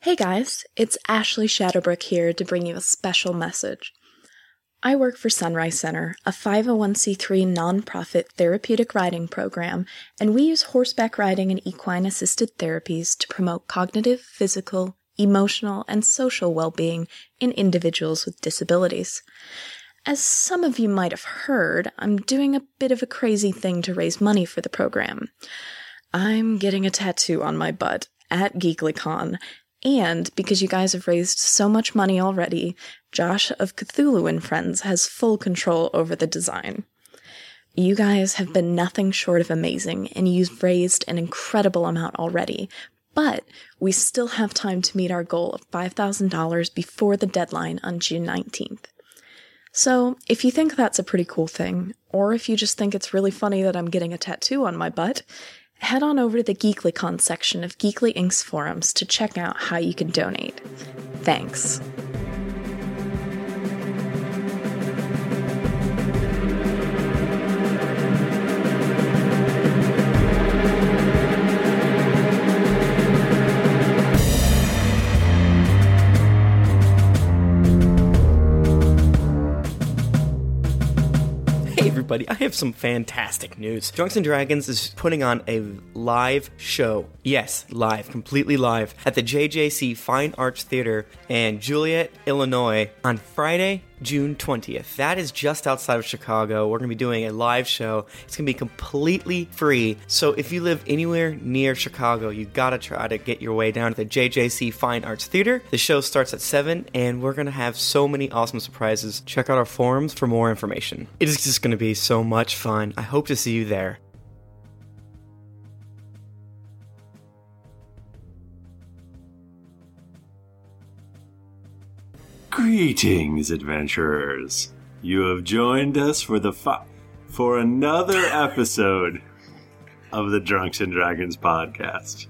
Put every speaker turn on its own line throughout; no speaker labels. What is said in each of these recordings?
Hey guys, it's Ashley Shadowbrook here to bring you a special message. I work for Sunrise Center, a 501c3 nonprofit therapeutic riding program, and we use horseback riding and equine assisted therapies to promote cognitive, physical, emotional, and social well being in individuals with disabilities. As some of you might have heard, I'm doing a bit of a crazy thing to raise money for the program. I'm getting a tattoo on my butt at GeeklyCon. And because you guys have raised so much money already, Josh of Cthulhu and Friends has full control over the design. You guys have been nothing short of amazing, and you've raised an incredible amount already. But we still have time to meet our goal of $5,000 before the deadline on June 19th. So, if you think that's a pretty cool thing, or if you just think it's really funny that I'm getting a tattoo on my butt, head on over to the GeeklyCon section of Geekly Inc.'s forums to check out how you can donate. Thanks.
Hey everybody, I have some fantastic news. Drunks and Dragons is putting on a live show. Yes, live, completely live at the JJC Fine Arts Theater in Juliet, Illinois on Friday, June 20th. That is just outside of Chicago. We're going to be doing a live show. It's going to be completely free. So if you live anywhere near Chicago, you got to try to get your way down to the JJC Fine Arts Theater. The show starts at 7 and we're going to have so many awesome surprises. Check out our forums for more information. It is just going to be so much fun. I hope to see you there.
Greetings, adventurers! You have joined us for the fi- for another episode of the Drunks and Dragons podcast.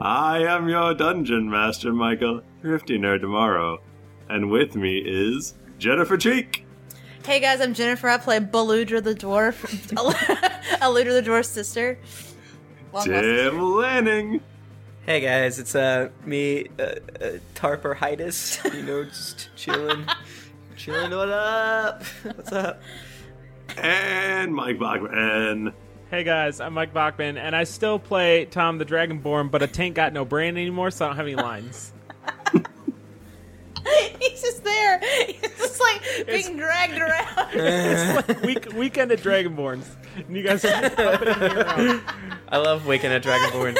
I am your dungeon master, Michael Thrifty Nerd tomorrow, and with me is Jennifer Cheek.
Hey guys, I'm Jennifer. I play Beludra the dwarf, Aludra the dwarf's sister. Long lost
Tim Lanning.
Hey guys, it's uh me, uh, uh, Tarper Hydus. You know, just chilling, chilling. What up? What's up?
And Mike Bachman.
Hey guys, I'm Mike Bachman, and I still play Tom the Dragonborn, but a tank got no brain anymore, so I don't have any lines.
sister. He's just there. He's just like being dragged around.
it's like week, weekend at Dragonborns, and you guys are just up in here. around.
I love Weekend at Dragonborns.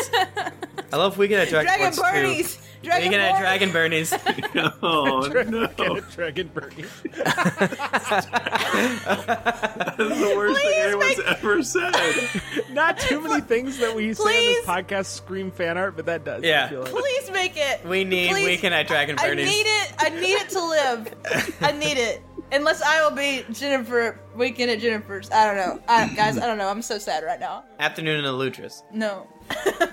I love Weekend at Dragonborns
Dragon
too.
parties. Dragon
Weekend at
Born-
Dragon Bernies.
Oh no,
Weekend at Dragonborns.
that's the worst
Please
thing anyone's
make-
ever said.
Not too many things that we say
Please.
on this podcast scream fan art, but that does. I
Yeah.
feel it.
Please make it.
We need
Please.
Weekend at Dragon
I
Bernies.
need it. I need it to live. I need it. Unless I will be Jennifer weekend at Jennifer's. I don't know. I, guys, I don't know. I'm so sad right now.
Afternoon in Eludris.
No.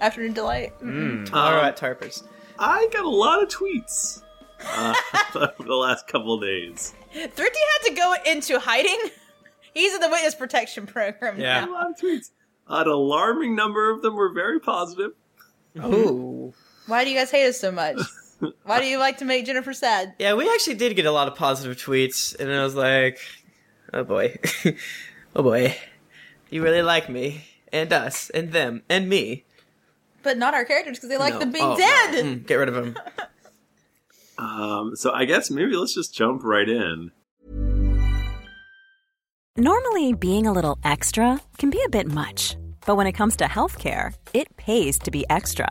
Afternoon delight.
Um,
Tomorrow at Mm. Tarpers.
Mm. I got a lot of tweets uh, over the last couple days.
Thrifty had to go into hiding. He's in the witness protection program.
Yeah.
a lot of tweets. An alarming number of them were very positive.
Ooh.
Why do you guys hate us so much? Why do you like to make Jennifer sad?
Yeah, we actually did get a lot of positive tweets, and I was like, oh boy. oh boy. You really like me, and us, and them, and me.
But not our characters because they like
No.
them being
Oh, no.
dead.
Mm, get rid of them.
Um, so I guess maybe let's just jump right in.
Normally, being a little extra can be a bit much, but when it comes to healthcare, it pays to be extra.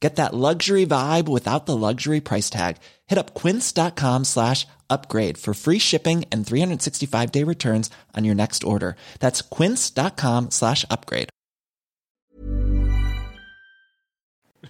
Get that luxury vibe without the luxury price tag. Hit up quince.com slash upgrade for free shipping and 365 day returns on your next order. That's quince.com slash upgrade.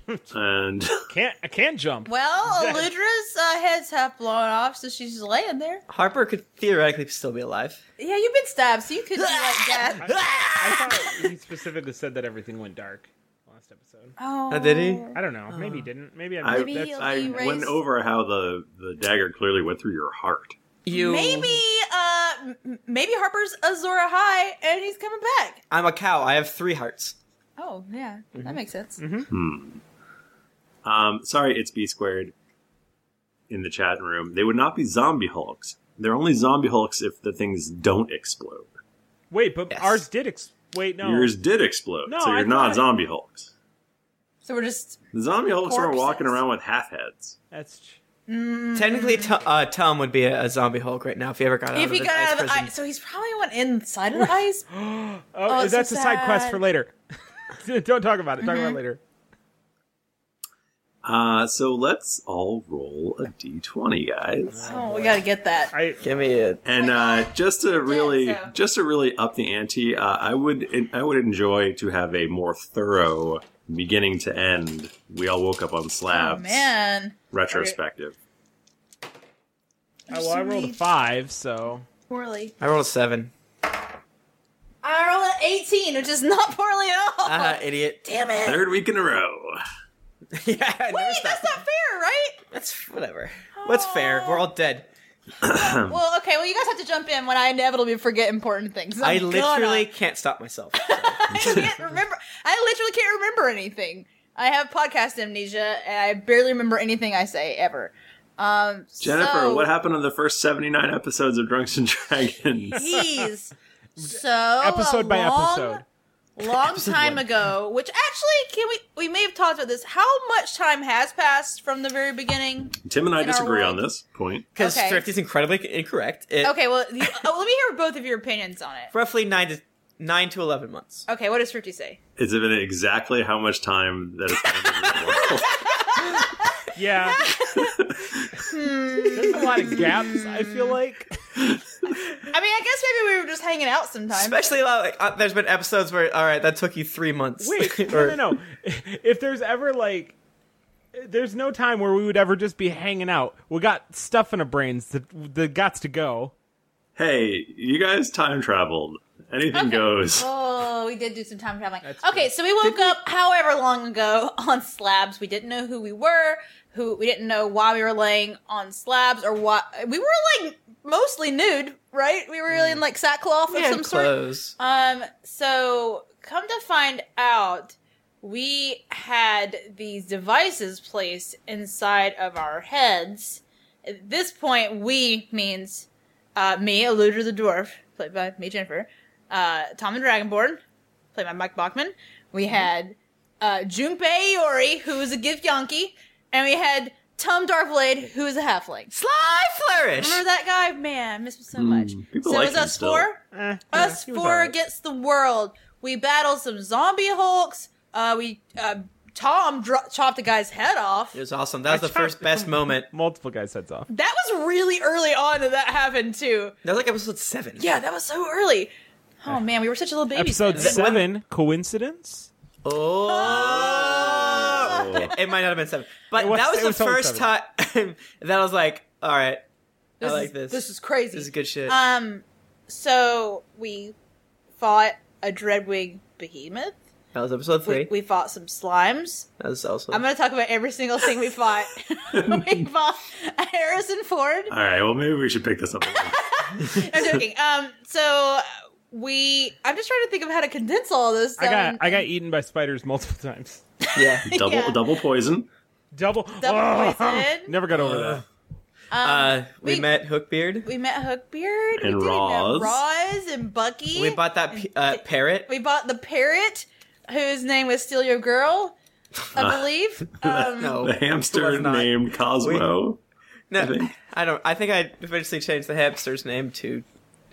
And
Can't I can't jump.
Well, Eludra's uh, head's half blown off, so she's just laying there.
Harper could theoretically still be alive.
Yeah, you've been stabbed, so you could be like that.
I thought he specifically said that everything went dark last episode.
Oh,
Uh, did he?
I don't know. Maybe he didn't. Maybe I.
I,
missed- that's-
I
Maybe
went
erase-
over how the, the dagger clearly went through your heart.
You.
maybe, uh, m- maybe Harper's Azora High, and he's coming back.
I'm a cow. I have three hearts.
Oh, yeah,
Mm-hmm.
that makes sense.
Hmm. Um, sorry, it's B squared in the chat room. They would not be zombie hulks. They're only zombie hulks if the things don't explode.
Wait, but ours did. Ex- wait, no.
Yours did explode,
No,
so you're
I
not
thought-
zombie hulks.
So we're just
The zombie hulks aren't walking
Corpses.
around with half heads.
That's. tr-
Mm-hmm.
Technically, T- uh, Tom would be a, a zombie Hulk right now if he ever got out
if
of
he
the
got
ice
out of the
prison.
ice, so he's probably went inside of the ice.
Oh,
Oh,
is
it's
that's
so
a side quest
sad.
for later. Don't talk about it. Talk about it later.
Uh, so let's all roll a d20, guys.
Oh, we gotta get that.
I
Give me a.
And uh, just to really,
so-
just to really up the ante, uh, I would, I would enjoy to have a more thorough beginning to end. We all woke up on
Oh
slabs.
man,
Retrospective.
I, Oh, well, I rolled a five, so
poorly.
I rolled a seven.
I rolled an eighteen, which is not poorly at all.
Ah, idiot.
Oh, Damn it!
Third week in a row.
yeah, I never
Wait,
stopped.
that's not fair, right?
That's whatever. What's fair? We're all dead. Hmm.
Well, okay. Well, you guys have to jump in when I inevitably forget important things.
i
I'm
literally
gonna.
can't stop myself.
I can't remember. I literally can't remember anything. I have podcast amnesia, and I barely remember anything I say ever. Um,
Jennifer,
so,
what happened on the first 79 episodes of Drunks and Dragons?
He's so
episode
a
by
long,
episode.
long time ago. Which actually, can we? We may have talked about this. How much time has passed from the very beginning?
Tim and I
In our
disagree on
world.
this point.
Because
Okay.
thrifty's incredibly incorrect. It,
Okay. Well, you, oh, let me hear both of your opinions on it.
Roughly nine to nine to eleven months.
Okay. What does Thrifty say?
It's been exactly how much time that is.
yeah. There's a lot of gaps. I feel like.
Hmm. I mean, I guess maybe we were just hanging out sometimes.
Especially like uh, there's been episodes where all right that took you three months.
Wait,
Or-
no, no, no. If there's ever like, there's no time where we would ever just be hanging out. We got stuff in our brains that that gots to go.
hey, you guys time traveled. Anything goes.
Oh, we did do some time traveling. okay, so we woke up however long ago on slabs. We didn't know who we were, who we didn't know why we were laying on slabs or what. We were like mostly nude, right? We were in like sackcloth of
Yeah,
some sort.
clothes.
Um, so come to find out, we had these devices placed inside of our heads. At this point, we means uh, me, Eluder the Dwarf, played by me, Jennifer, uh, Tom the Dragonborn, played by Mike Bachman. We
Mm-hmm.
had uh, Junpei Iori, who is a Gift Yonki, and we had Tom Darkblade, who is a halfling.
Sly flourish.
Remember that guy? Man, I miss him so much.
Hmm, people
So
like
it was
him
us
still.
four.
Eh,
Us
yeah, he was
four
alright.
against the world. We battled some zombie hulks. Uh, we uh, Tom dro- chopped a guy's head off.
It was awesome. That was the first best moment.
Multiple guys' heads off.
That was really early on that that happened too.
That was like episode seven.
Eh.
Yeah, that was so early. Oh man, we were such little babies.
Episode
then.
seven. Coincidence?
Oh, it, it might not have been seven, but
Oh. It was-
that was
it
the
was totally
first
seven.
time that I was like, "All right, I like
is,
this.
This is crazy.
This is good shit."
Um, so we fought a dreadwig behemoth.
that was episode three.
We, we fought some slimes.
that was also.
I'm gonna talk about every single thing we fought. we fought a Harrison Ford.
All right. Well, maybe we should pick this up.
I'm joking. Um, so we. I'm just trying to think of how to condense all this.
I got
down.
I got eaten by spiders multiple times.
yeah.
double
Yeah.
double poison.
Double,
Double poison.
Never got over that.
Uh, we,
Um, we-
met Hookbeard.
We met Hookbeard.
And
we
Roz.
Did met Roz and Bucky.
We, bought that p- uh, parrot.
We bought the parrot, whose name was Steal Your Girl, I believe. Um,
no,
The hamster
was
Uh,
not.
named Cosmo.
no, I,
think.
don't. I think I eventually changed the hamster's name to.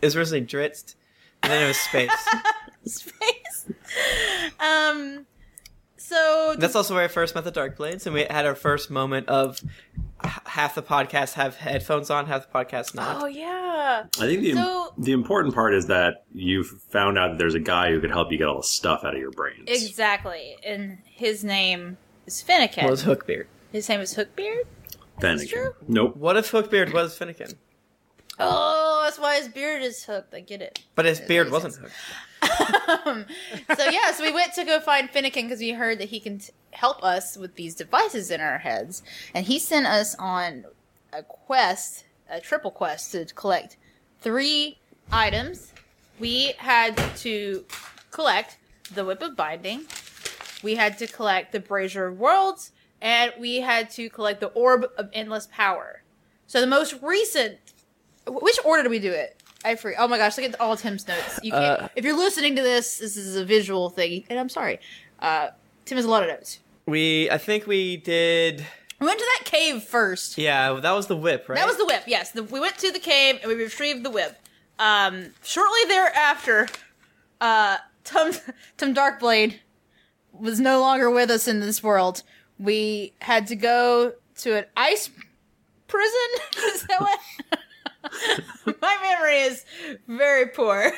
It was originally Dritz, and then it was Space.
Space. Um. So
That's also where I first met the Dark Blades, and we had our first moment of h- half the podcast have headphones on, half the podcast not.
Oh yeah.
I think the
So-
the important part is that you found out that there's a guy who could help you get all the stuff out of your brains.
Exactly. And his name is
What
Finnegan.
was Hookbeard?
his name is Hookbeard.
Then again,
true.
nope.
What if Hookbeard was Finnegan,
Oh, that's why his beard is hooked. I get it.
but his beard wasn't hooked?
So yeah, so we went to go find Finnegan because we heard that he can t- help us with these devices in our heads, and he sent us on a quest, a triple quest to collect three items. We had to collect the Whip of Binding, we had to collect the Brazier of Worlds, and we had to collect the Orb of Endless Power. So the most recent, wh- which order do we do it? I free. Oh my gosh, look at all Tim's notes. You can't, if you're listening to this, this is a visual thing, and I'm sorry. Uh, Tim has a lot of notes.
We, I think we did.
We went to that cave first.
Yeah, that was the whip, right?
That was the whip. Yes, the, we went to the cave and we retrieved the whip. Um, shortly thereafter, uh, Tom Tom Darkblade was no longer with us in this world. We had to go to an ice prison. is that what? My memory is very poor.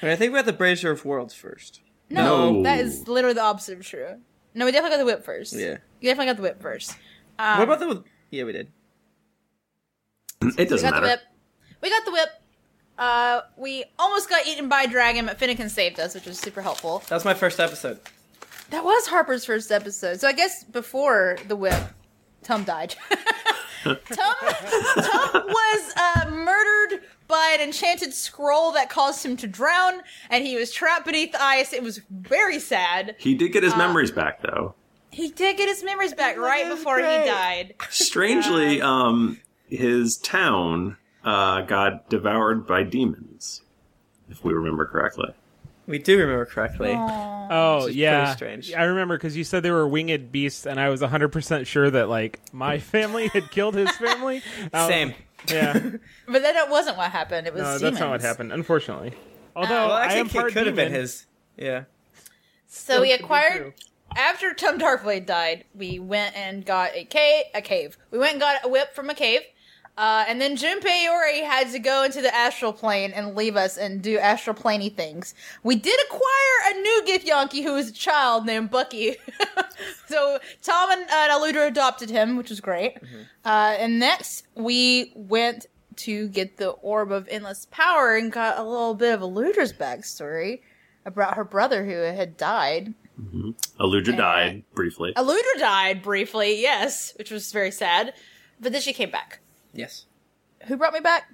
I, mean, I think we had the Brazier of Worlds first.
No,
No.
that is literally the opposite of true. No, we definitely got the whip first.
Yeah.
you definitely got the whip first. uh, Um,
what about the? Yeah, we did.
It
We
doesn't
got the
matter.
whip. We got the whip. Uh, we almost got eaten by a dragon, but Finnegan saved us, which was super helpful.
That was my first episode.
That was Harper's first episode, so I guess before the whip, Tom died. Tom, Tom was uh, murdered by an enchanted scroll that caused him to drown, and he was trapped beneath the ice. It was very sad.
He did get
Uh,
his memories back though.
He did get his memories back right
that's
before
great.
he died.
Strangely, um, his town uh, got devoured by demons, if we remember correctly.
We do remember correctly.
Oh yeah,
pretty strange.
I remember because you said they were winged beasts, and I was hundred percent sure that like my family had killed his family. Um,
Same.
Yeah,
But then that wasn't what happened. It was
no, that's not what
demons.
happened, unfortunately. Although
Well,
I am
actually,
part
it could have been
demon.
his. Yeah.
So we
could be
acquired
true.
after Tom Darkblade died. We went and got a cave. A cave. We went and got a whip from a cave, uh, and then Jim Payori had to go into the astral plane and leave us and do astral planey things. We did acquire a new Githyanki who was a child named Bucky. so Tom and, uh, Aludra adopted him, which was great. Uh, and next we went to get the orb of endless power and got a little bit of Aludra's backstory about her brother who had died.
Mm-hmm.
Aludra died briefly.
Aludra died briefly, yes, which was very sad. But then she came back.
Yes.
Who brought me back?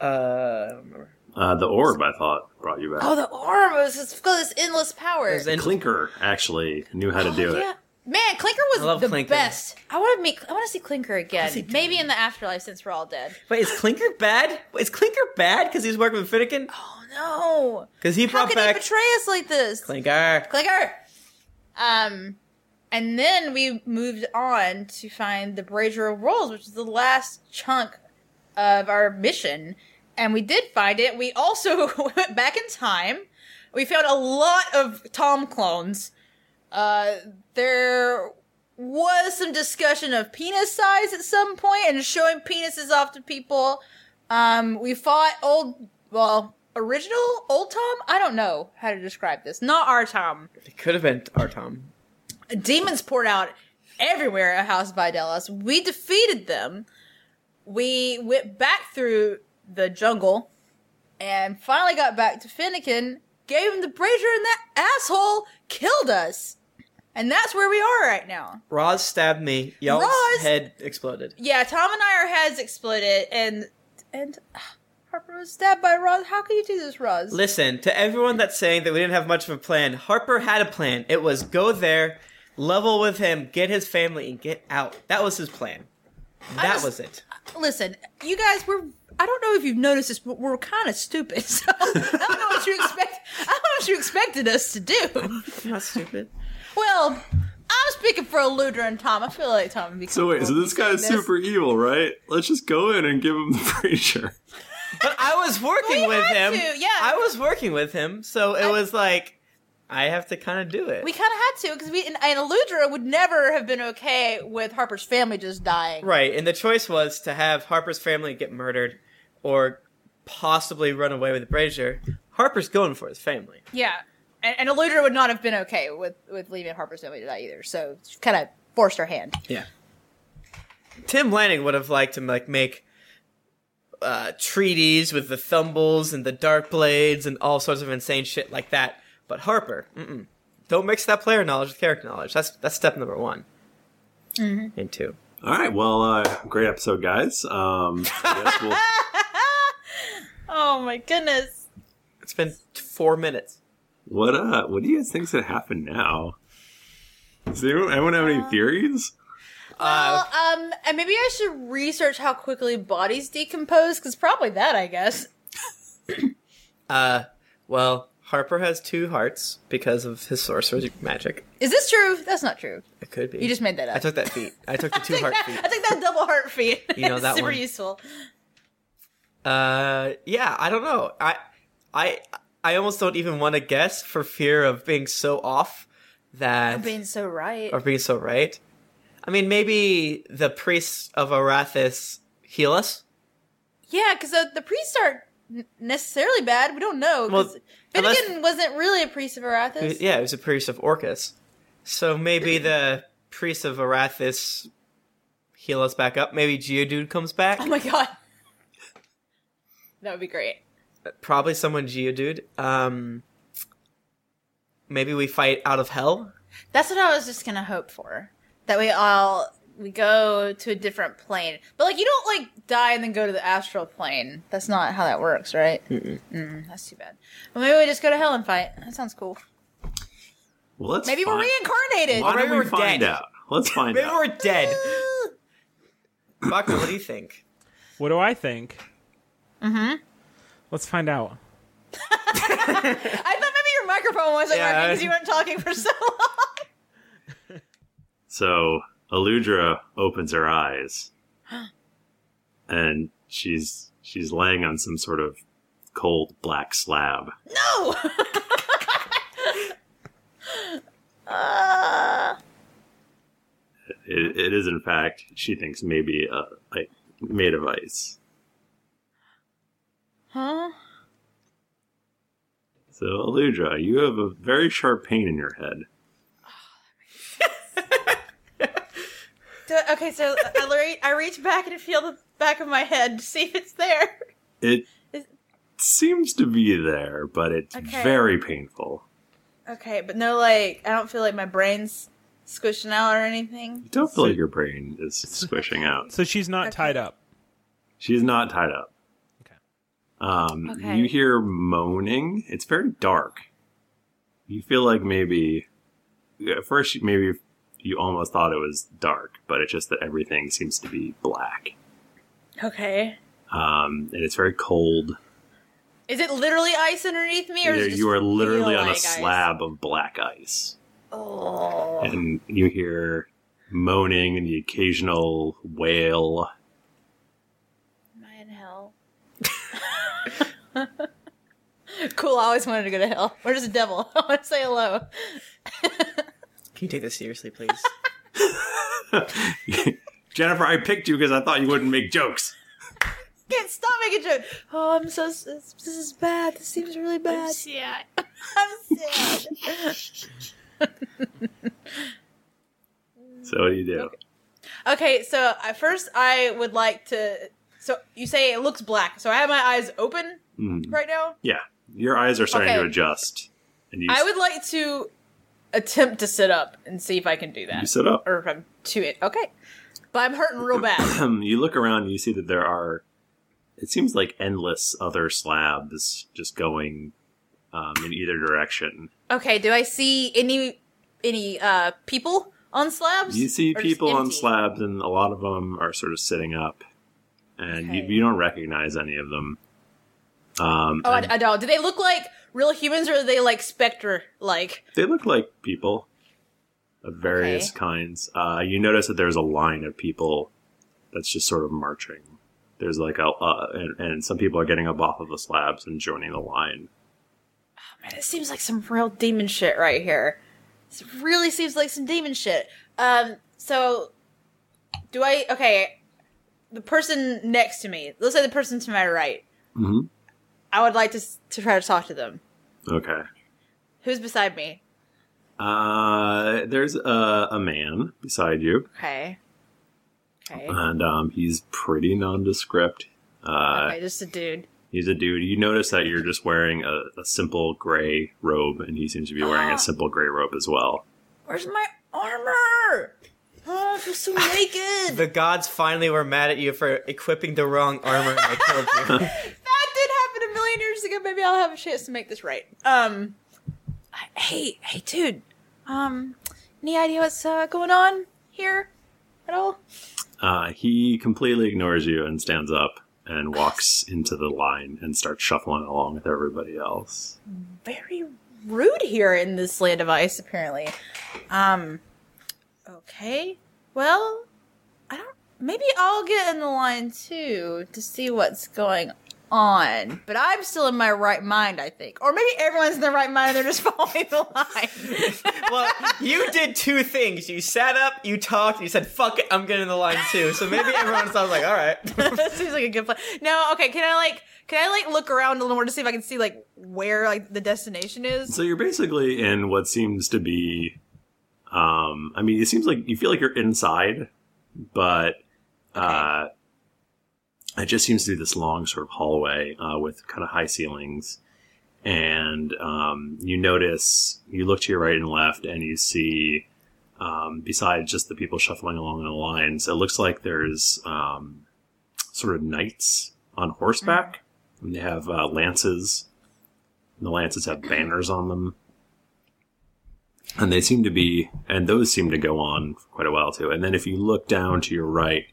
Uh, I don't remember.
Uh, the orb, I thought, brought you back.
Oh, the orb was just got this endless power.
It was in-
Clinker actually knew how to do
Oh, yeah.
it.
Man, Clinker was
I love
the
Clinker.
best. I want to meet. I want to see Clinker again. Maybe in the afterlife since we're all dead.
Wait, is Clinker bad? Is Clinker bad because he's working with Finnegan?
Oh no!
Because he
How
brought
could
back
he betray us like this?
Clinker.
Clinker. Um, and then we moved on to find the Brazier of Rolls, which is the last chunk of our mission, and we did find it. We also went back in time. We found a lot of Tom clones. Uh, there was some discussion of penis size at some point and showing penises off to people. Um, we fought old, well, original old Tom? I don't know how to describe this. Not our Tom.
It could have been our Tom.
Demons poured out everywhere at House Videllas. We defeated them. We went back through the jungle and finally got back to Finnegan, gave him the brazier, and that asshole killed us. And that's where we are right now.
Roz stabbed me. Y'all's
Roz-
head exploded.
Yeah, Tom and I, our heads exploded, and and ah, Harper was stabbed by Roz. How can you do this, Roz?
Listen, to everyone that's saying that we didn't have much of a plan, Harper had a plan. It was go there, level with him, get his family, and get out. That was his plan. That
just-
was it.
Listen, you guys, we're. I don't know if you've noticed this, but we're kind of stupid. So I don't know what you expect. I don't know what you expected us to do.
Not stupid.
Well, I'm speaking for Eludra and Tom. I feel like Tom would be.
So wait, so
comfortable
this guy's
saying this.
super evil, right? Let's just go in and give him the brazier.
But I was working
We
with
had
him.
to, yeah.
I was working with him, so it was like I have to kind of do it.
We kind of had to because we and, and Eludra would never have been okay with Harper's family just dying.
right, and the choice was to have Harper's family get murdered or possibly run away with Brazier. Harper's going for his family.
Yeah, and, and Eludra would not have been okay with with leaving Harper's family to die either. So she kind of forced her hand.
Yeah. Tim Lanning would have liked to like make uh, treaties with the Thumbles and the Dark Blades and all sorts of insane shit like that. But Harper, mm-mm. don't mix that player knowledge with character knowledge. That's that's step number one
Mm-hmm.
and two.
All right, well, uh, great episode, guys. Um, I guess we'll-
Oh my goodness.
It's been t- four minutes.
what uh, what do you guys think's gonna happen now? Does anyone, anyone have any theories?
Uh,
Well, um, and maybe I should research how quickly bodies decompose because probably that, I guess.
Uh, Well, Harper has two hearts because of his sorcery magic.
Is this true? That's not true.
It could be.
You just made that up.
I took that feat. I took the two
I
heart
think
feat.
that, I think that double heart feed
You know,
is
that
super
one.
useful.
Uh, yeah, I don't know. I, I, I almost don't even want to guess for fear of being so off that
Being so right.
or being so right. I mean, maybe the priests of Arathis heal us.
Yeah, because the, the priests aren't n- necessarily bad. We don't know.
Well,
Well,
unless-
Finnegan wasn't really a priest of Arathis.
Yeah, it was a priest of Orcus, so maybe the priests of Arathis heal us back up. Maybe Geodude comes back.
Oh my god. That would be great.
Probably someone Geodude. Um, maybe we fight out of hell.
That's what I was just gonna hope for. That we all we go to a different plane, but like you don't like die and then go to the astral plane. That's not how that works, right? Mm, that's too bad. Well, maybe we just go to hell and fight. That sounds cool.
Well, let's
Maybe
find-
we're reincarnated.
Why
Maybe
don't we
we're
find
dead.
out? Let's find
Maybe
out.
we're dead. Buckner, what do you think?
What do I think? Mm-hmm. Let's find out.
I thought maybe your microphone wasn't
Yeah.
working because you weren't talking for so long.
So Aludra opens her eyes, and she's she's laying on some sort of cold black slab.
No. uh,
It, it is, in fact, she thinks maybe uh, like made of ice.
huh?
So Aludra, you have a very sharp pain in your head.
Do, okay, so I, re- I reach back and feel the back of my head to see if it's there.
It
Is-
seems to be there, but it's
Okay.
very painful.
Okay, but no, like I don't feel like my brain's squishing out or anything.
You don't feel like your brain is squishing out.
So she's not tied up.
She's not tied up.
Okay.
Um,
Okay.
You hear moaning. It's very dark. You feel like maybe at first you- maybe you almost thought it was dark, but it's just that everything seems to be black.
Okay,
Um, and it's very cold.
is it literally ice underneath me, or is it
There-
just
you are literally
feel
on
like
a
ice?
slab of black ice,
Oh,
and you hear moaning and the occasional wail.
am I in hell? cool. I always wanted to go to hell. Where's the devil? I want to say hello.
Can you take this seriously, please?
Jennifer, I picked you because I thought you wouldn't make jokes.
Can't stop make a joke. Oh, I'm so. s- This is bad. This seems really bad. Yeah, I'm sad.
So what do you do?
Okay, so I, first I would like to. So you say it looks black. So I have my eyes open
Mhm.
right now.
Yeah, your eyes are starting to
Okay.
adjust, and you
I would like to attempt to sit up and see if I can do that.
You sit up.
or if I'm too it. Okay, but I'm hurting real bad.
you look around and you see that there are it seems like endless other slabs just going um, in either direction
okay, do I see any any uh people on slabs?
you see
Or just
people on
empty?
slabs and a lot of them are sort of sitting up and you,
Okay.
you don't recognize any of them um,
Oh, I, I don't. Do they look like real humans or are they like specter like?
they look like people of various
Okay.
kinds uh, you notice that there's a line of people that's just sort of marching there's like a uh, and, and some people are getting up off of the slabs and joining the line
Oh, Man, it seems like some real demon shit right here. This really seems like some demon shit. Um, so do I? Okay, the person next to me. Let's say the person to my right.
hmm
I would like to s- to try to talk to them.
okay
Who's beside me?
Uh, there's a, a man beside you,
Okay. Okay.
and um, he's pretty nondescript. Uh,
okay, just a dude.
He's a dude. You notice that you're just wearing a, a simple gray robe, and he seems to be wearing a simple gray robe as well.
Where's my armor? Oh, I feel so naked.
The gods finally were mad at you for equipping the wrong armor and they killed you.
that did happen a million years ago. Maybe I'll have a chance to make this right. Um, I- hey, hey, dude. Um, any idea what's uh, going on here at all?
Uh, he completely ignores you and stands up and walks into the line and starts shuffling along with everybody else.
Very rude here in this land of ice, apparently. Um, okay. Well, I don't. Maybe I'll get in the line too to see what's going on. But I'm still in my right mind, I think. Or maybe everyone's in their right mind. They're just following the line.
well, you did two things. You sat up, you talked, you said, fuck it, I'm getting in the line too. So maybe everyone sounds like, all right.
that seems like a good plan. No, okay. Can I like can I like look around a little more to see if I can see like where like the destination is?
So you're basically in what seems to be, um, I mean, it seems like you feel like you're inside, but uh, it just seems to be this long sort of hallway uh, with kind of high ceilings. And um, you notice, you look to your right and left, and you see, um, besides just the people shuffling along in the lines, it looks like there's um, sort of knights on horseback. And they have uh, lances and the lances have banners on them and they seem to be and those seem to go on for quite a while too and then if you look down to your right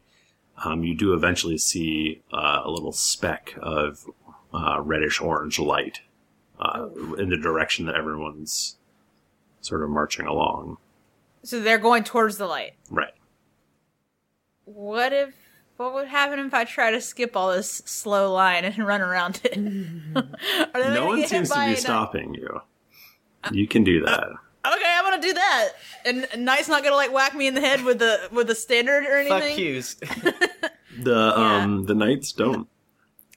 um, you do eventually see uh, a little speck of uh, reddish orange light uh, in the direction that everyone's sort of marching along
So they're going towards the light.
right
What if what would happen if I try to skip all this slow line and run around it? Are they gonna
no one
get hit
seems to
by uh,
be
a-
stopping you you can do that
Okay, I'm gonna do that. And and Knight's not gonna like whack me in the head with the with the standard or anything.
fuck yous.
the um the knights don't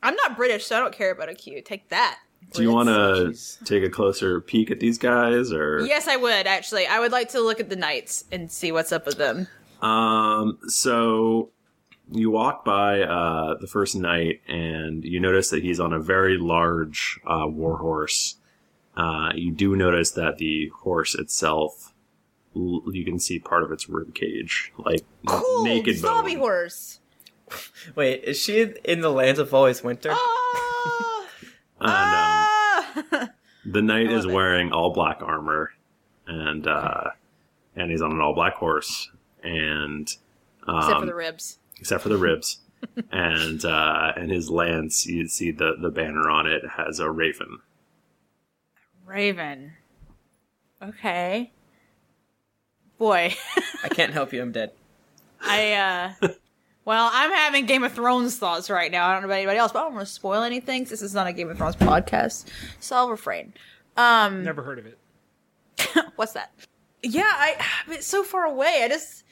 I'm not British, so I don't care about a cue. Take that.
do you
Brits.
want to take a closer peek at these guys or
Yes, I would actually. I would like to look at the knights and see what's up with them.
Um, so you walk by uh, the first knight, and you notice that he's on a very large uh, war horse. Uh, you do notice that the horse itself, l- you can see part of its rib cage, like
Cool,
naked
zombie
bone.
horse.
Wait, is she in the lands of always winter?
Ah!
And um,
Ah!
the knight is wearing all black armor, and uh, and he's on an all black horse, and um,
Except for the ribs.
except for the ribs. and uh, and his lance, you see the the banner on it has a raven.
Raven. Okay. Boy,
I can't help you, I'm dead.
I uh well, I'm having Game of Thrones thoughts right now. I don't know about anybody else, but I don't want to spoil anything. 'cause This is not a Game of Thrones podcast, so I'll refrain. Um
Never heard of it.
what's that? Yeah, I but it's so far away. I just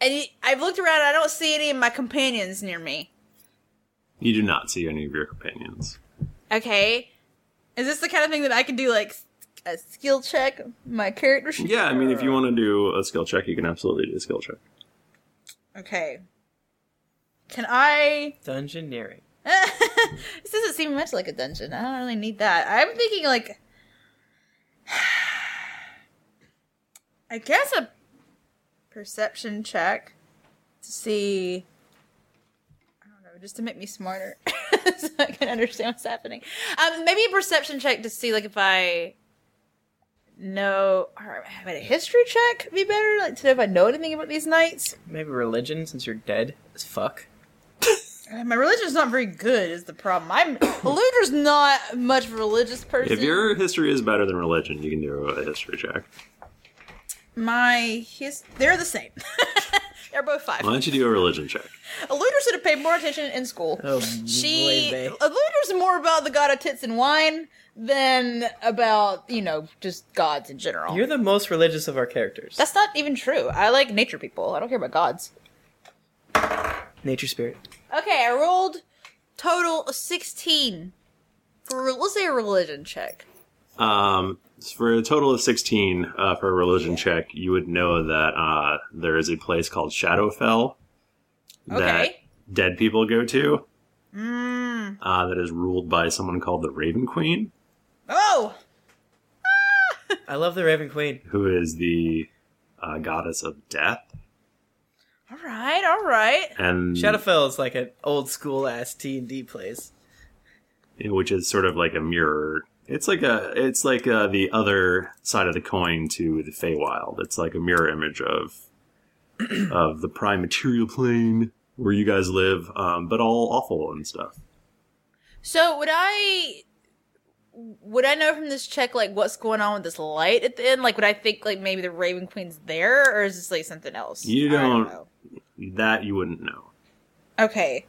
and y- I've looked around. I don't see any of my companions near me.
You do not see any of your companions.
Okay. Is this the kind of thing that I can do, like s- a skill check? My character sheet?
Yeah, I mean, if you want to do a skill check, you can absolutely do a skill check.
Okay. Can I.
Dungeoneering.
This doesn't seem much like a dungeon. I don't really need that. I'm thinking, like. I guess a perception check to see. I don't know, just to make me smarter so I can understand what's happening. Um, maybe a perception check to see, like, if I know. Or maybe a history check would be better, like, to know if I know anything about these knights.
Maybe religion, since you're dead as fuck.
Uh, My religion's not very good, is the problem. I'm Luder's not much of a religious person.
If your history is better than religion, you can do a history check.
my his they're the same. they're both five.
Why don't you do a religion check?
Luder should have paid more attention in school.
Oh,
she
boy, bae.
Luder's more about the god of tits and wine than about you know just gods in general.
You're the most religious of our characters.
That's not even true. I like nature people. I don't care about gods.
Nature spirit.
Okay, I rolled total sixteen for let's say a religion check.
Um, for a total of 16 uh, for a religion check, you would know that uh, there is a place called Shadowfell that
Okay.
dead people go to
Mm.
uh, that is ruled by someone called the Raven Queen,
Oh,
I love the Raven Queen.
who is the uh, goddess of death.
all right, all right.
And
Shadowfell is like an old school ass T and D place.
which is sort of like a mirror. It's like a it's like uh, the other side of the coin to the Feywild. It's like a mirror image of of the prime material plane where you guys live, um, but all awful and stuff.
So would I would I know from this check like what's going on with this light at the end? Like would I think like maybe the Raven Queen's there or is this like something else?
You
I
don't-
know.
That you wouldn't know.
Okay.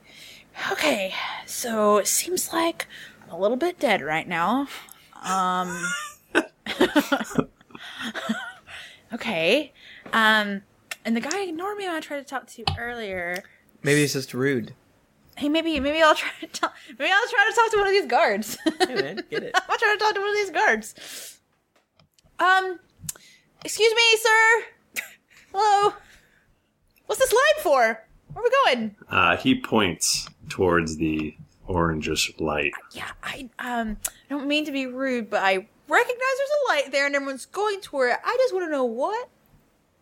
Okay. So it seems like I'm a little bit dead right now. Um Okay. Um and the guy ignored me when I tried to talk to you earlier.
Maybe it's just rude.
Hey, maybe maybe I'll try to talk maybe I'll try to talk to one of these guards.
Hey man, get it.
I'm trying to talk to one of these guards. Um, excuse me, sir. Hello. What's this line for? Where are we going?
Uh, he points towards the orangish light.
Yeah, I um, I don't mean to be rude, but I recognize there's a light there and everyone's going toward it. I just want to know what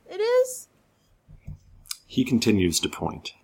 it is.
He continues to point.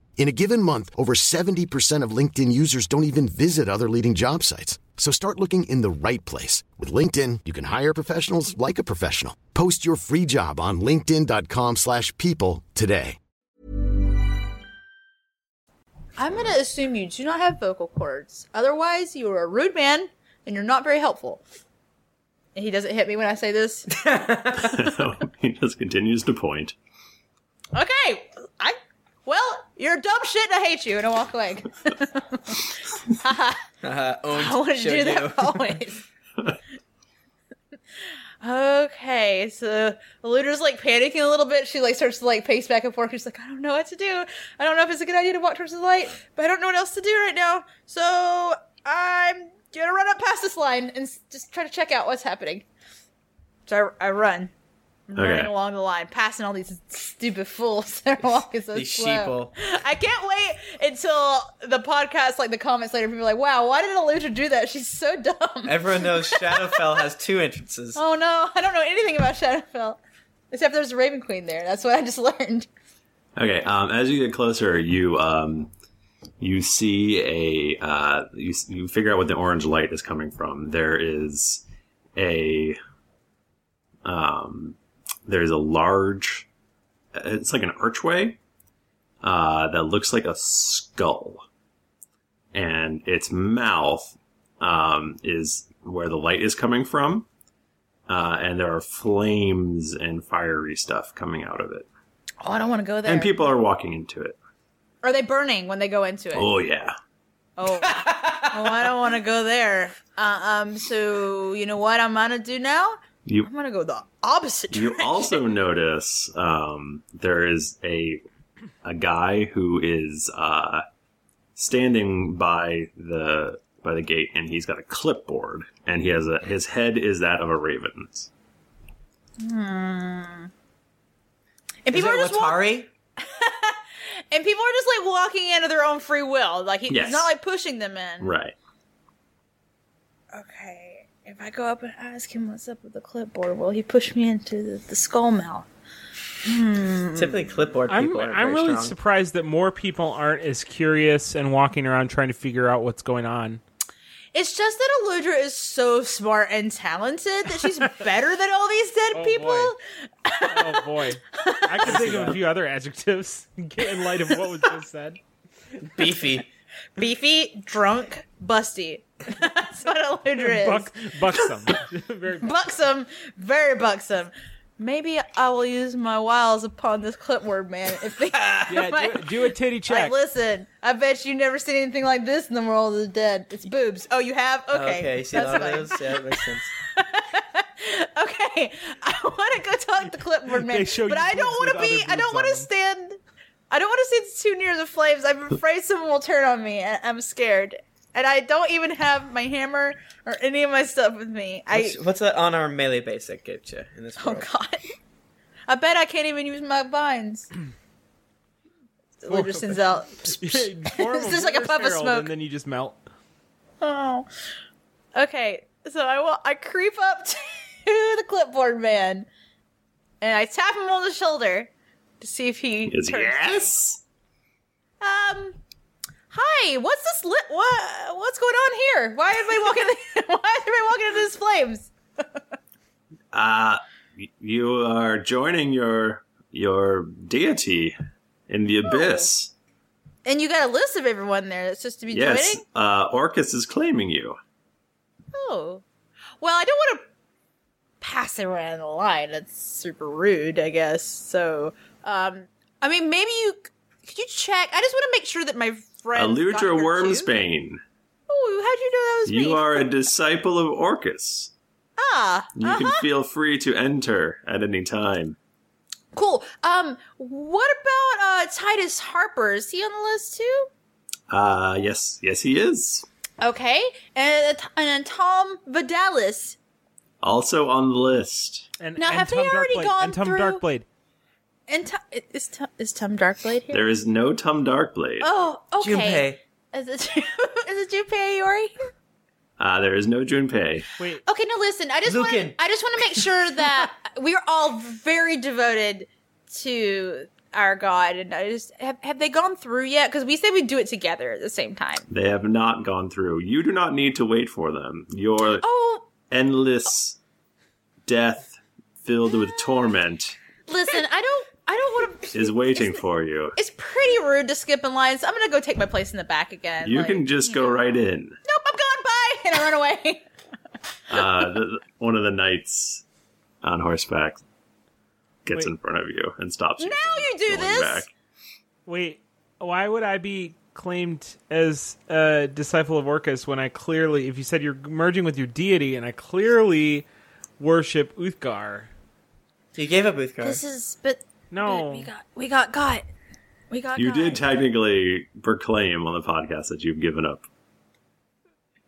In a given month, over 70% of LinkedIn users don't even visit other leading job sites. So start looking in the right place. With LinkedIn, you can hire professionals like a professional. Post your free job on linkedin.com/people slash people today.
I'm going to assume you do not have vocal cords. Otherwise, you are a rude man and you're not very helpful. And He doesn't hit me when I say this.
he just continues to point.
okay, I. Well, you're dumb shit and I hate you, and I walk away.
Uh,
I want to do that always. okay, so Luder's like panicking a little bit. She like starts to like pace back and forth. She's like, I don't know what to do. I don't know if it's a good idea to walk towards the light, but I don't know what else to do right now. So I'm gonna run up past this line and s- just try to check out what's happening. So I, I run. I'm
Okay.
running along the line, passing all these stupid fools that are walking so
These
slow.
sheeple.
I can't wait until the podcast, like the comments later, people are like, wow, why did Eludra do that? She's so dumb.
Everyone knows Shadowfell has two entrances.
Oh no, I don't know anything about Shadowfell. Except there's a Raven Queen there. That's what I just learned.
Okay, um, as you get closer, you um, you see a uh, you, s- you figure out what the orange light is coming from. There is a um, there is a large it's like an archway uh, that looks like a skull, and its mouth um, is where the light is coming from, uh, and there are flames and fiery stuff coming out of it.
Oh, I don't want to go there.
And people are walking into it.
are they burning when they go into it?
Oh yeah.
Oh, oh I don't want to go there. Uh, um, so you know what I'm gonna do now?
You
I'm gonna go the opposite.
you also notice um, there is a a guy who is uh, standing by the by the gate, and he's got a clipboard, and he has a his head is that of a raven's.
Hmm.
Is
And people
that
are just walk-
Watari?
and people are just like walking into their own free will. Like he,
Yes.
he's not like pushing them in.
Right.
Okay. If I go up and ask him what's up with the clipboard, will he push me into the, the skull mouth? Hmm.
Typically, clipboard
I'm,
people are
I'm
very
really
strong.
surprised that more people aren't as curious and walking around trying to figure out what's going on.
It's just that Eludra is so smart and talented that she's better than all these dead people.
Oh boy, I can think of a few other adjectives in light of what was just said.
Beefy,
Beefy, drunk, busty. That's what Eludra is.
Buck, buxom. Very
buxom, very buxom. Maybe I will use my wiles upon this clipboard man. If they,
yeah, do, do a titty
Like,
check.
listen, I bet you never seen anything like this in the world of the dead. It's boobs. Oh, you have? Okay.
okay see
That's
that
fine.
those? Yeah, that makes sense.
Okay. I want to go talk to clipboard man,
They show
but
you
I don't
boobs
want to
with
be.
other
I don't
boobs
want
on
to
them.
stand. I don't want to stand too near the flames. I'm afraid someone will turn on me, and I'm scared. And I don't even have my hammer or any of my stuff with me. I
What's, what's that unarmed melee base that gives you in this world? Oh god.
I bet I can't even use my vines.
Oh.
Luder sends out.
Form
It's just like a
Weird
puff of
Harold,
smoke.
and then you just melt.
Oh. Okay, so I will. I creep up to the clipboard man, and I tap him on the shoulder to see if he.
Is he- yes?
Um. Hi. What's this? Li- what? What's going on here? Why is everybody walking? why is everybody walking into these flames?
Uh, y- you are joining your your deity in
Oh,
the abyss.
And you got a list of everyone there that's supposed to be
Yes,
joining.
uh, Orcus is claiming you.
Oh. Well, I don't want to pass everyone in the line. That's super rude, I guess. So, um, I mean, maybe you could you check. I just want to make sure that my friend
Aludra Wormsbane.
Oh, how'd you know that was me?
You are a disciple of Orcus.
ah.
You
uh-huh.
can feel free to enter at any time.
cool. Um, what about uh Titus Harper? Is he on the list too?
Uh yes, yes he is.
Okay, and and then Tom Vidalis.
Also on the list.
And,
Now, have they already
Darkblade,
gone
and Tom
through?
Darkblade.
And Tom, is Tom, is Tom Darkblade here?
There is no Tom Darkblade.
Oh, okay. Is it is it Junpei Iori?
Uh there is no Junpei.
Wait.
Okay, no, listen. I just want
Lucan.
I just want to make sure that we are all very devoted to our god, and I just have, have they gone through yet? Because we said we'd do it together at the same time.
They have not gone through. You do not need to wait for them. Your
Oh.
endless death filled with torment
Listen, I don't, I don't want to.
is waiting for you.
It's pretty rude to skip in lines. I'm gonna go take my place in the back again.
You
like,
can just go right in.
Nope, I'm gone. Bye, and I run away.
Uh, the, one of the knights on horseback gets in front of you and stops you.
you do
this? back.
Wait, why would I be claimed as a disciple of Orcus when I clearly, if you said you're merging with your deity, and I clearly worship Uthgar?
You gave up Uthgar.
This is, but
no,
we got, we got got, we got.
You
got.
did technically proclaim on the podcast that you've given up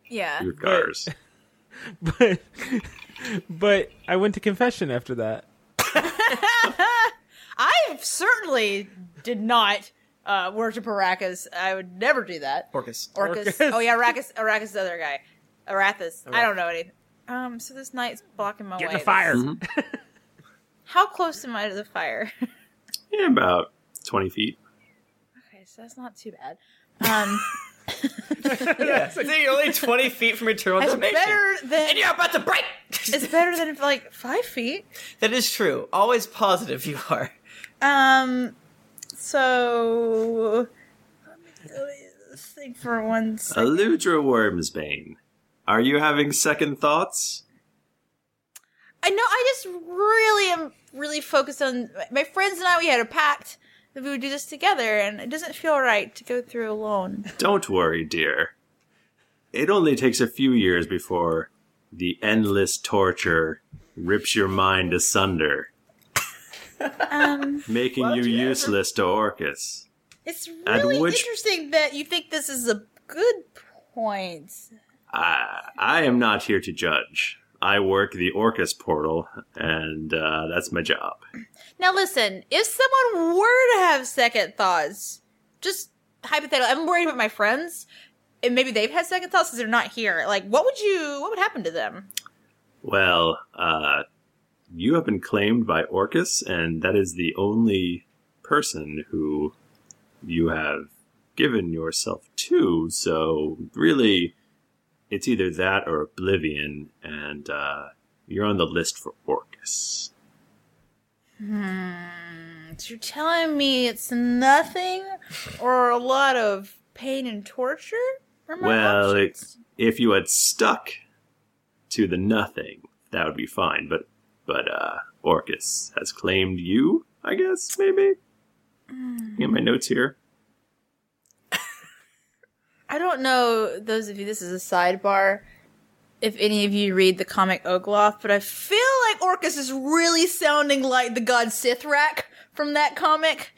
yeah.
your cars.
but but I went to confession after that.
I certainly did not uh, worship Arrakis. I would never do that.
Orcus.
Orcus.
Orcus.
Oh yeah, Arrakis. Arrakis is the other guy. Arathis. I
Arathis.
don't know anything. Um. So this knight's blocking my
Get
way.
in the fire.
Mm-hmm.
How close am I to the fire?
Yeah, about 20 feet.
okay, so that's not too bad. Um.
yeah. So you're only 20 feet from eternal
It's
damnation.
better than. And
you're about to break.
it's better than like five feet.
That is true. Always positive you are.
Um. So. Let me go to this thing for one
Oh,
second.
Aludra Wormsbane, are you having second thoughts?
I know. I just really am really focused on my friends and I. We had a pact that we would do this together, and it doesn't feel right to go through alone.
Don't worry, dear. It only takes a few years before the endless torture rips your mind asunder,
Um,
making you useless to Orcus.
it's
At
really
which-
interesting that you think this is a good point.
I, I am not here to judge. I work the Orcus portal, and uh, that's my job.
Now, listen. If someone were to have second thoughts, just hypothetical. I'm worried about my friends, and maybe they've had second thoughts since they're not here. Like, what would you? What would happen to them?
Well, uh, you have been claimed by Orcus, and that is the only person who you have given yourself to. So, really, it's either that or Oblivion, and uh, you're on the list for Orcus.
Hmm. So you're telling me it's nothing or a lot of pain and torture? Or my
well,
option-
it's, if you had stuck to the nothing, that would be fine. But, but uh, Orcus has claimed you, I guess, maybe?
Hmm.
In my notes here.
I don't know, those of you, this is a sidebar, if any of you read the comic Ogloff, but I feel like Orcus is really sounding like the god Sithrak from that comic.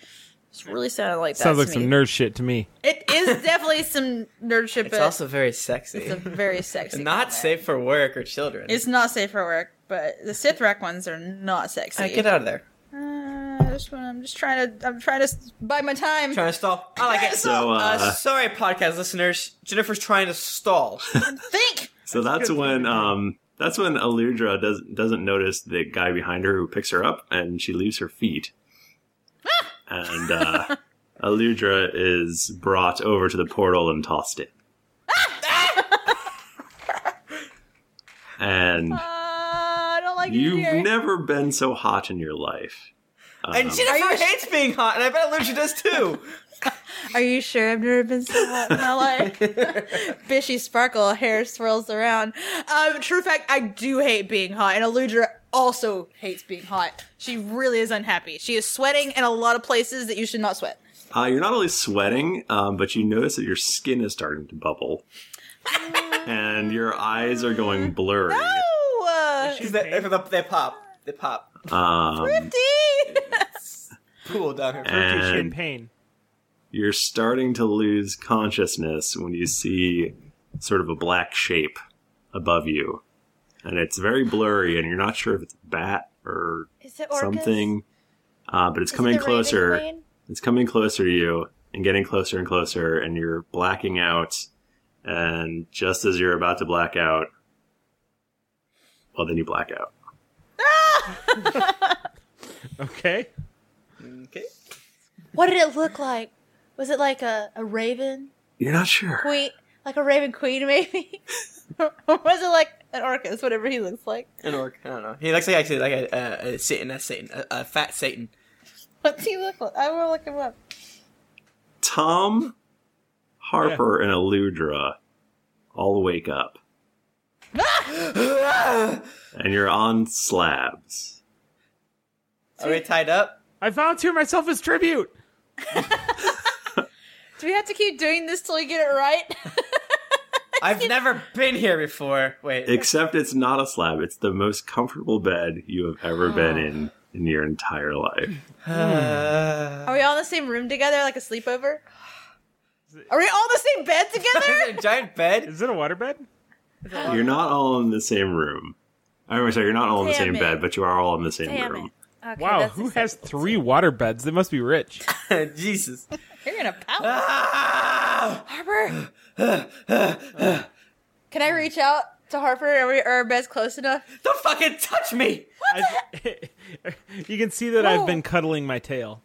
It's really sounding like that.
Sounds
to
like
me.
some nerd shit to me.
It is definitely some nerdship.
It's also very sexy.
it's a very sexy.
Not safe for work or children.
It's not safe for work, but the Sithrak ones are not sexy.
All right, get out of there.
Uh, this one, I'm just trying to. I'm trying to s- buy my time. Uh,
Trying to stall. I like it.
So, uh,
sorry, podcast listeners. Jennifer's trying to stall.
So that's when um that's when Aludra does doesn't notice the guy behind her who picks her up and she leaves her feet. and uh Aludra is brought over to the portal and tossed in. and
I don't like
you've
it here.
never been so hot in your life.
and
Um,
Jennifer hates being hot, and I bet Lucia does too.
Are you sure I've never been so hot in my life? Bishy sparkle, hair swirls around. Um, true fact, I do hate being hot, and Aludra also hates being hot. She really is unhappy. She is sweating in a lot of places that you should not sweat.
Uh, you're not only sweating, um, but you notice that your skin is starting to bubble, and your eyes are going blurry.
Oh,
She's that, they they pop. They pop. Ah,
Um,
Cool down here.
And-
champagne.
you're starting to lose consciousness when you see sort of a black shape above you, and it's very blurry, and you're not sure if it's a bat or
Is it Orcus?
something. Uh, but it's
Is it
coming
the Raven
closer.
Queen?
It's coming closer to you, and getting closer and closer, and you're blacking out. And just as you're about to black out, well, then you black out.
Okay.
Okay.
What did it look like? Was it like a, a raven
You're not sure.
queen? Like a raven queen, maybe? or was it like an orcus, whatever he looks like?
An orc. I don't know. He looks like actually like a, a, a Satan. A Satan. A, a fat Satan.
What's he look like? I will look him up.
Tom, Harper, and Eludra all wake up,
Ah!
and you're on slabs.
Are we tied up?
I volunteer myself as tribute.
Do we have to keep doing this till we get it right?
I've never been here before. Wait.
Except it's not a slab; it's the most comfortable bed you have ever been in in your entire life.
Are we all in the same room together, like a sleepover? Are we all in the same bed together?
a giant bed?
Is it a water bed?
You're not all in the same room. I'm sorry, you're not all in the
Damn
same
it.
bed, but you are all in the same room.
wow, who has three water beds? They must be rich.
Jesus.
You're gonna pout.
Ah!
Harper,
Don't
can I reach out to Harper? Are, we, are our beds close enough?
fucking touch me!
You can see that I've
Oh.
been cuddling my tail,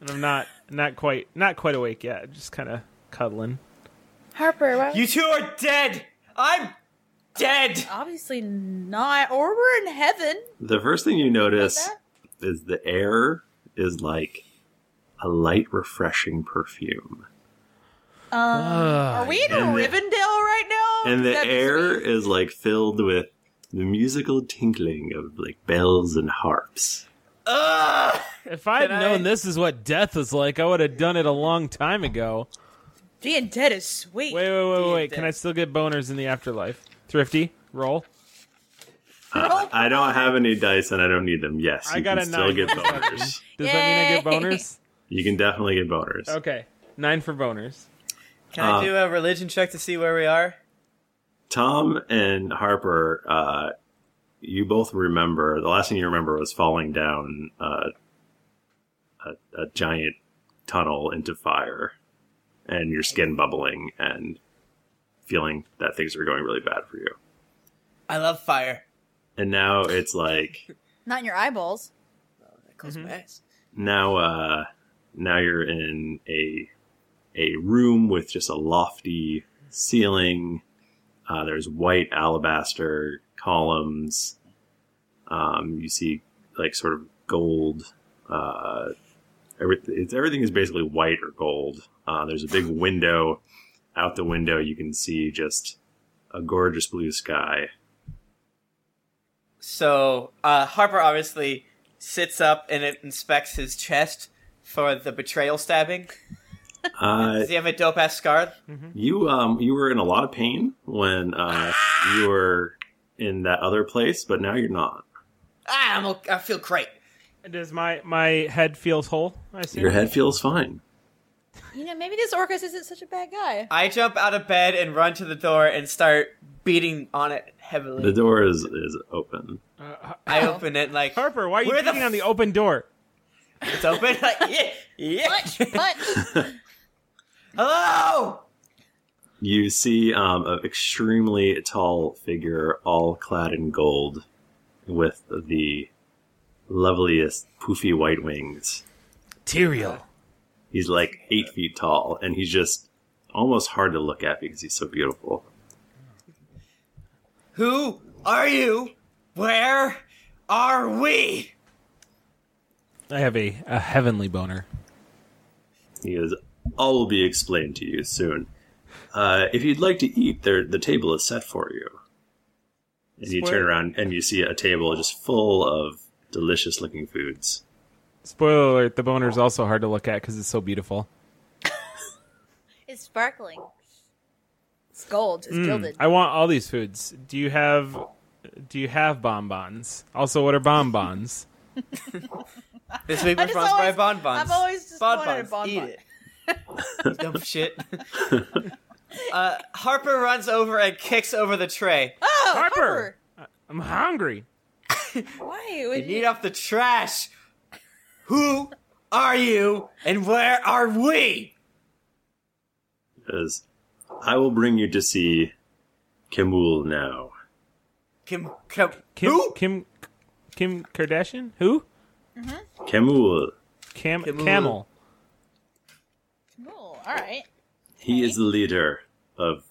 and I'm not not quite not quite awake yet. Just kind of cuddling.
Harper, why?
You two are dead. I'm dead.
Obviously not. Or we're in heaven.
The first thing you notice is the air is like a light, refreshing perfume,
Um, are we in
and the-
Rivendell
Oh,
right now?
and the
That'd be
air is like filled with the musical tinkling of like bells and harps.
If I'd known this is what death is like, I would have done it a long time ago.
Being dead is sweet.
Wait, wait, wait, wait. Can I still get boners in the afterlife? Thrifty, roll.
Uh, I don't have any dice, and I don't need them. Yes,
I
you can
got a
still
nine.
get boners.
Does that mean I get
Yay.
boners?
You can definitely get boners.
Okay, nine for boners.
Can
Uh,
I do a religion check to see where we are?
Tom and Harper, uh, you both remember the last thing you remember was falling down uh, a, a giant tunnel into fire, and your skin bubbling and feeling that things were going really bad for you.
I love fire.
And now it's like
Not in your eyeballs.
Close
Mm-hmm.
my eyes.
now uh, now you're in a a room with just a lofty ceiling. Uh, there's white alabaster columns. Um, you see like sort of gold. Uh, every, it's everything is basically white or gold. Uh, there's a big window. Out the window, you can see just a gorgeous blue sky.
So uh, Harper obviously sits up and it inspects his chest for the betrayal stabbing.
Uh,
Does he have a dope ass scar?
You um you were in a lot of pain when uh you were in that other place, but now you're not.
Ah, I'm okay. I feel great.
Does my my head feels whole? I see.
Your head feels fine.
You know, maybe this Orcus isn't such a bad guy.
I jump out of bed and run to the door and start beating on it heavily.
The door is is open.
Uh-huh.
I open it like
Harper. Why are you
Where the
beating on the open door?
It's open. like yeah, yeah. Hello.
You see um an extremely tall figure all clad in gold with the loveliest poofy white wings.
Tyrael.
He's like eight feet tall and he's just almost hard to look at because he's so beautiful.
Who are you? Where are we?
I have a, a heavenly boner.
He goes, All will be explained to you soon. Uh, if you'd like to eat, there the table is set for you. And you turn
Spoil-
around and you see a table just full of delicious looking foods.
Spoiler alert: the boner is also hard to look at because it's so beautiful.
It's sparkling. It's gold. It's
Mm,
gilded.
I want all these foods. Do you have do you have bonbons? Also, what are bonbons?
This week
I
we're
just
sponsored by
always- I've
bonbons.
always just wanted a
bonbons.
bonbon.
Eat it. Dumb shit. uh, Harper runs over and kicks over the tray.
Oh,
Harper! I'm hungry.
Why
You
would you?
need off the trash. Who are you and where are we?
He goes, I will bring you to see Kimul now.
Kim, Kim,
Kim Kim Kim Kardashian? Who?
Kimul.
Cam
Kimul.
Camel.
all right.
He is the leader of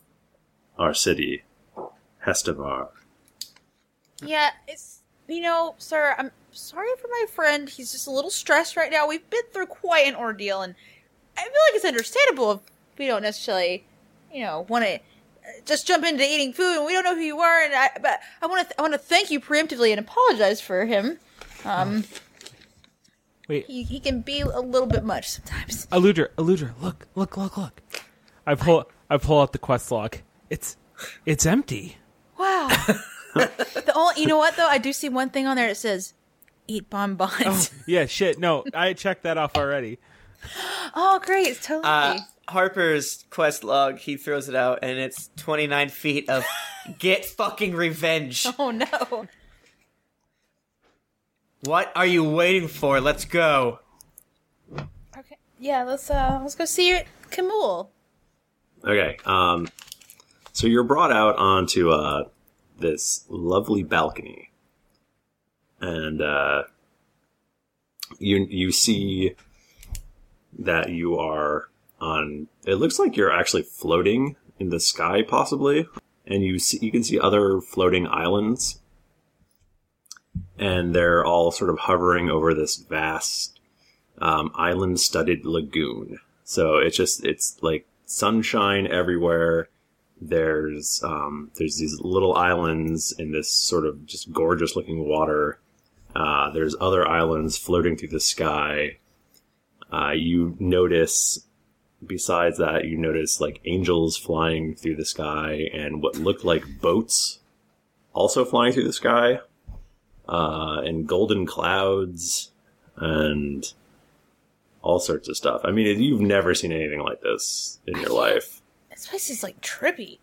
our city, Hestavar.
Yeah, it's you know, sir, I'm sorry for my friend. He's just a little stressed right now. We've been through quite an ordeal and I feel like it's understandable if we don't necessarily, you know, want to just jump into eating food and we don't know who you are and I but I want to th- I want to thank you preemptively and apologize for him. Um
Wait.
He, he can be a little bit much sometimes.
Eludra, Eludra, look, look, look, look. I pull, I pull out the quest log. It's, it's empty.
Wow. the only, you know what though? I do see one thing on there that says, "Eat bonbons."
Yeah, shit. No, I checked that off already.
Oh, great! It's totally
Uh, Harper's quest log, he throws it out, and it's 29 feet of get fucking revenge.
Oh no.
What are you waiting for? Let's go.
Yeah, let's uh let's go see it, Camille.
Okay. Um, so you're brought out onto uh, this lovely balcony, and uh, you you see that you are on. It looks like you're actually floating in the sky, possibly, and you see you can see other floating islands, and they're all sort of hovering over this vast um, island-studded lagoon. So it's just it's like sunshine everywhere. There's um, there's these little islands in this sort of just gorgeous looking water. Uh, there's other islands floating through the sky. Uh, you notice, besides that, you notice like angels flying through the sky and what looked like boats also flying through the sky, uh, and golden clouds and all sorts of stuff. I mean, you've never seen anything like this in your life.
This place is like trippy.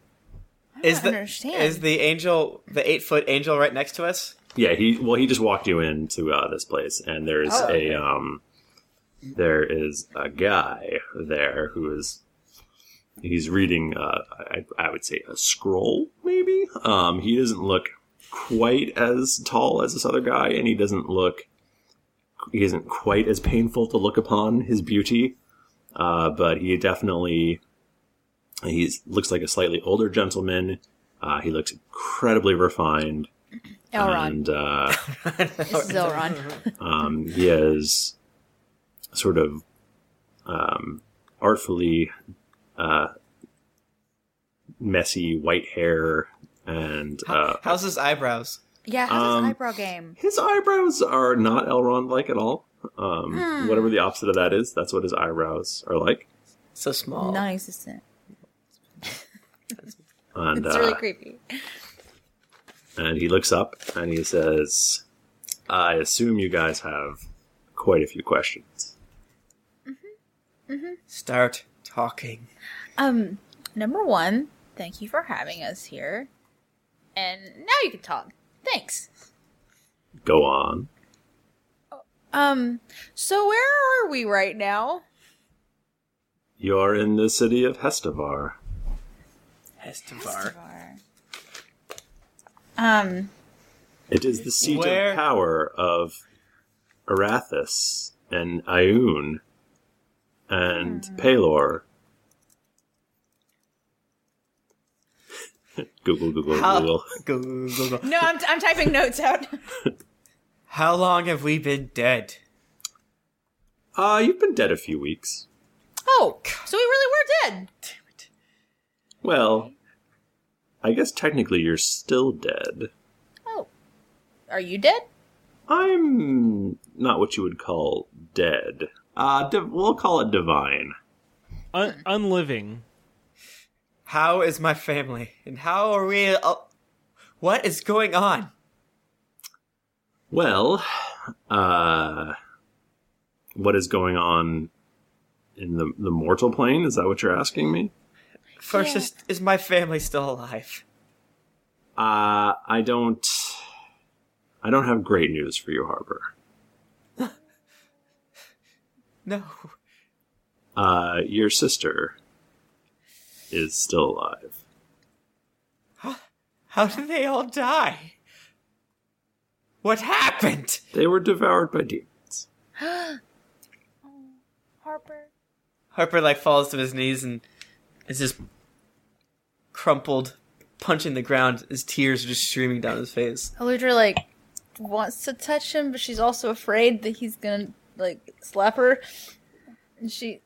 I
Is
don't
the
understand.
is the angel the eight foot angel right next to us?
Yeah, he well, he just walked you into uh, this place, and there's
Oh,
a
okay.
um, there is a guy there who is he's reading uh, I, I would say a scroll. Maybe Um, he doesn't look quite as tall as this other guy, and he doesn't look he isn't quite as painful to look upon his beauty, uh, but he definitely he looks like a slightly older gentleman. Uh, he looks incredibly refined.
Elrond.
And uh,
This is Elrond.
Mm-hmm.
um, he has sort of um, artfully uh, messy white hair and uh,
How's his eyebrows?
yeah, how's
um,
his eyebrow game?
his eyebrows are not Elrond like at all. Um,
Hmm.
Whatever the opposite of that is, that's what his eyebrows are like.
So small.
Non-existent.
And,
it's really
uh,
creepy.
And he looks up and he says, I assume you guys have quite a few questions.
hmm
Start talking.
Um, number one, thank you for having us here, and now you can talk. Thanks.
Go on.
Um, so where are we right now?
You're in the city of Hestavar.
Hestavar.
Um,
It is the seat
Where-
of power of Arathis and Ioun and Pelor. Google, Google,
How-
Google.
Google, Google.
no, I'm, I'm typing notes out.
How long have we been dead?
Uh, you've been dead a few weeks.
Oh, so we really were dead.
Well, I guess technically you're still dead.
Are you dead?
I'm not what you would call dead. Hmm. Uh, div- we'll call it divine.
Un- unliving.
How is my family? And how are we? Uh, what is going on?
Well, uh, what is going on in the the mortal plane? Is that what you're asking me?
First, is, is my family still alive?
Uh, I don't. I don't have great news for you, Harper.
No.
Uh, your sister is still alive.
How did they all die? What happened?
They were devoured by demons.
oh, Harper.
Harper like falls to his knees and is just crumpled, punching the ground. His tears are just streaming down his face.
Aludra like wants to touch him, but she's also afraid that he's gonna like slap her. And she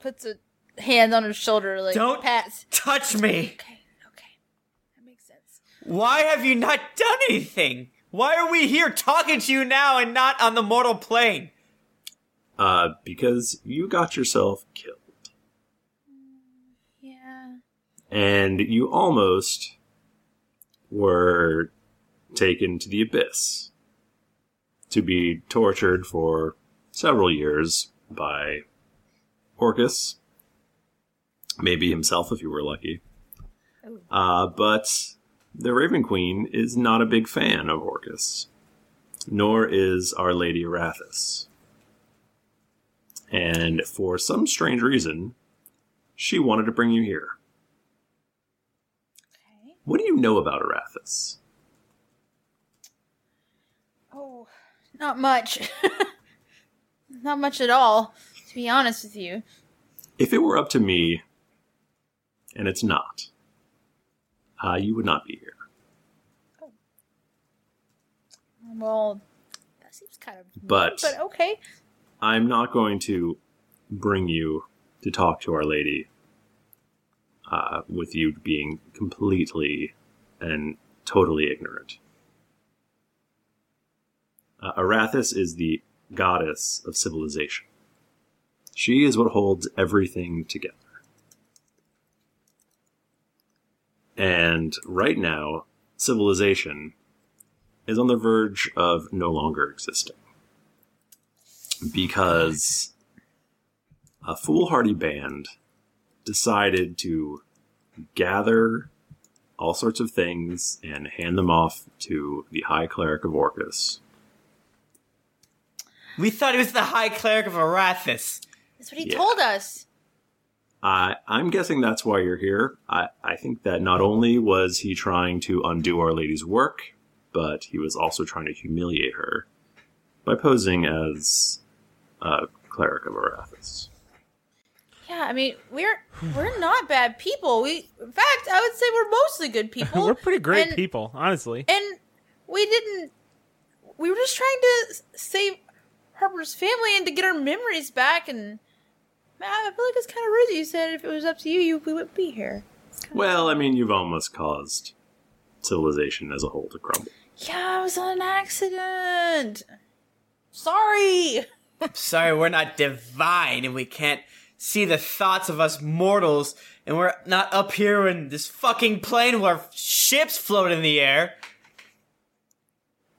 puts a hand on his shoulder, like
Don't
pats.
Touch me. Why have you not done anything? Why are we here talking to you now and not on the mortal plane?
Uh, because you got yourself killed. Yeah. And you almost were taken to the abyss to be tortured for several years by Orcus. Maybe himself if you were lucky. Uh, but the Raven Queen is not a big fan of Orcus, nor is Our Lady Arathis. And for some strange reason, she wanted to bring you here. What do you know about Arathis?
Oh, not much. not much at all, to be honest with you.
If it were up to me, and it's not, uh, you would not be here.
Well, that seems kind of. mean,
But-
but okay.
I'm not going to bring you to talk to Our Lady uh, with you being completely and totally ignorant. Uh, Arathis is the goddess of civilization. She is what holds everything together. And right now, civilization is on the verge of no longer existing because a foolhardy band decided to gather all sorts of things and hand them off to the High Cleric of Orcus.
We thought it was the High Cleric of Arathis.
That's what he
Yeah.
told us.
I, I'm guessing that's why you're here. I, I think that not only was he trying to undo Our Lady's work, but he was also trying to humiliate her by posing as a cleric of Arathis.
Yeah, I mean, we're we're not bad people. We, in fact, I would say we're mostly good people.
We're pretty great
And-
people, honestly.
And we didn't. We were just trying to s- save Harper's family and to get our memories back. And Man, I feel like it's kind of rude that you said if it was up to you, you we wouldn't be here.
Well, I mean, you've almost caused civilization as a whole to crumble.
Yeah, it was on an accident. Sorry.
Sorry, we're not divine and we can't see the thoughts of us mortals, and we're not up here in this fucking plane where ships float in the air.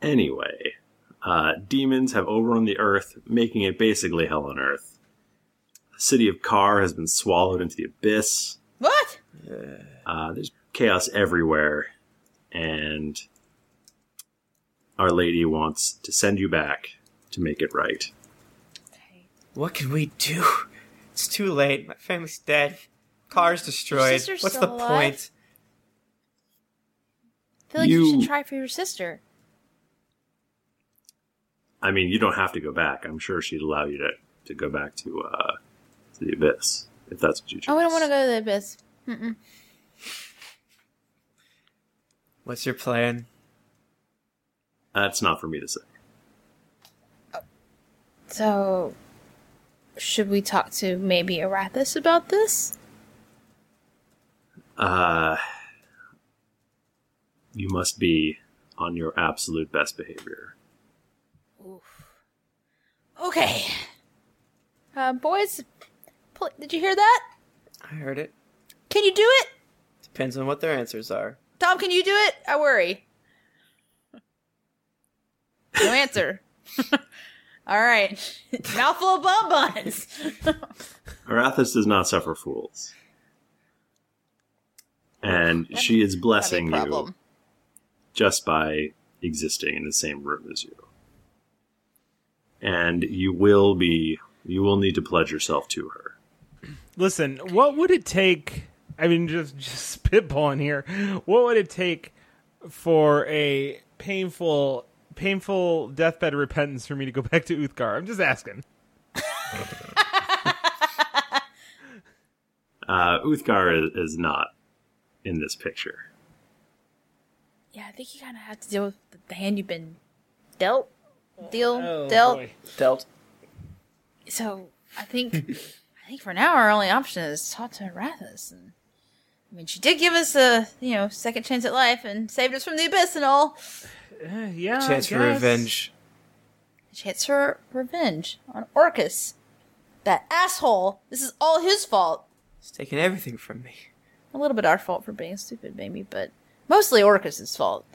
Anyway, uh, demons have overrun the earth, making it basically hell on earth. The city of Kar has been swallowed into the abyss.
What?
Uh, there's chaos everywhere, and Our Lady wants to send you back to make it right.
What can we do? It's too late. My family's dead. Car's destroyed.
sister's
What's the
still alive?
point?
I feel like you,
You-
should try for your sister.
I mean, you don't have to go back. I'm sure she'd allow you to, to go back to uh, to the abyss if that's what you choose.
Oh, I don't want to go to the abyss. Mm-mm.
What's your plan?
That's not for me to say.
So, should we talk to maybe Arathis about this?
Uh, you must be on your absolute best behavior.
Okay. Uh, boys, pl- did you hear that?
I heard it.
Can you do it?
Depends on what their answers are.
Tom, can you do it? I worry. No answer. All right. Mouthful of bonbons.
Arathis does not suffer fools. And she is blessing you just by existing in the same room as you. And you will be, you will need to pledge yourself to her.
Listen, what would it take? I mean, just just spitballing here. What would it take for a painful, painful deathbed repentance for me to go back to Uthgar? I'm just asking.
Uh, Uthgar is, is not in this picture.
Yeah, I think you kind of have to deal with the hand you've been dealt. Deal,
oh,
dealt.
boy.
Dealt.
So I think, I think for now our only option is talk to Arathis. And I mean, she did give us a you know second chance at life and saved us from the abyss and all.
Uh, yeah,
Uh,
Chance for revenge.
Chance for revenge on Orcus. That asshole. This is all his fault.
It's taking everything from me.
A little bit our fault for being stupid, maybe, but mostly Orcus's fault.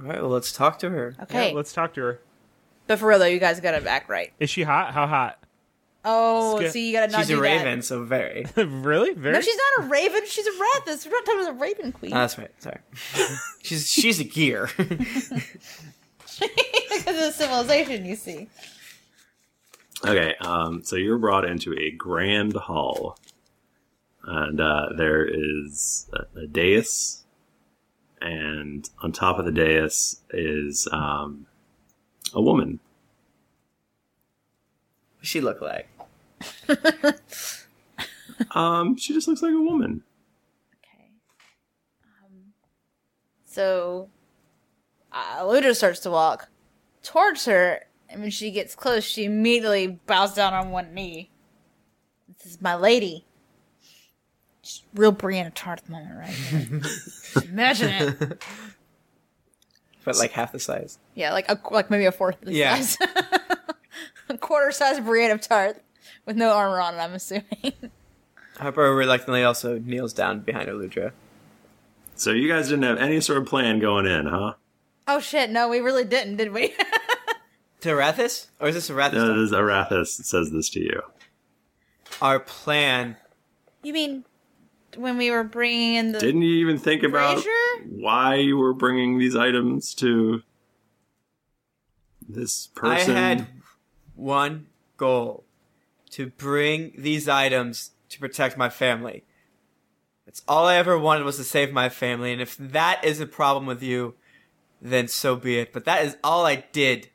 All right, well, let's talk to her.
Okay.
Yeah, let's talk to her.
But for real though, you guys gotta act right.
Is she hot? How hot?
Oh,
Skip.
see, you gotta not
She's
do
a
that.
raven, so very.
really? Very?
No, she's not a raven. She's a Rathus. We're not talking about a raven queen.
Ah, that's right. Sorry. she's she's a gear.
because of the civilization, you see.
Okay, um, so you're brought into a grand hall, and uh, there is a, a dais, and on top of the dais is um, a woman.
What's she look like?
um, she just looks like a woman.
So, uh, Luda starts to walk towards her, and when she gets close, she immediately bows down on one knee. This is my lady. She's real Brianna Tarth moment, right? there. Imagine it.
But like half the size.
Yeah, like a, like maybe a fourth of the
Yeah.
size. a quarter size Brienne of Tarth with no armor on it, I'm assuming.
Harper reluctantly also kneels down behind Eludra.
So you guys didn't have any sort of plan going in, huh?
oh shit, no, we really didn't, did we?
To Arathis? Or is this Arathis?
No, this is Arathis that says this to you.
Our plan.
you mean when we were bringing in the.
Didn't you uh, even think about
Brazier?
why you were bringing these items to this person?
I had one goal to bring these items to protect my family. That's all I ever wanted was to save my family, and if that is a problem with you, then so be it. But that is all I did.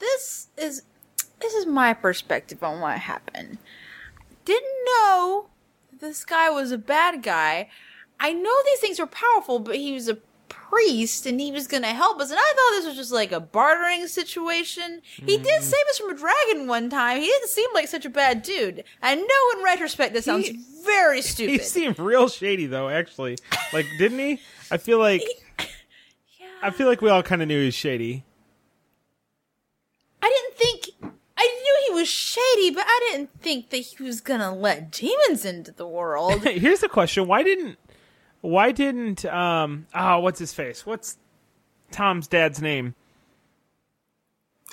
this is this is my perspective on what happened. Didn't know that this guy was a bad guy. I know these things were powerful, but he was a priest and he was going to help us. And I thought this was just like a bartering situation. He did save us from a dragon one time. He didn't seem like such a bad dude. I know in retrospect this sounds very
He
stupid.
seemed real shady though, actually. Like, didn't he? I feel like I feel like we all kind of knew he was shady.
I didn't think I knew he was shady, but I didn't think that he was going to let demons into the world.
Here's the question: Why didn't why didn't um oh what's his face? What's Tom's dad's name?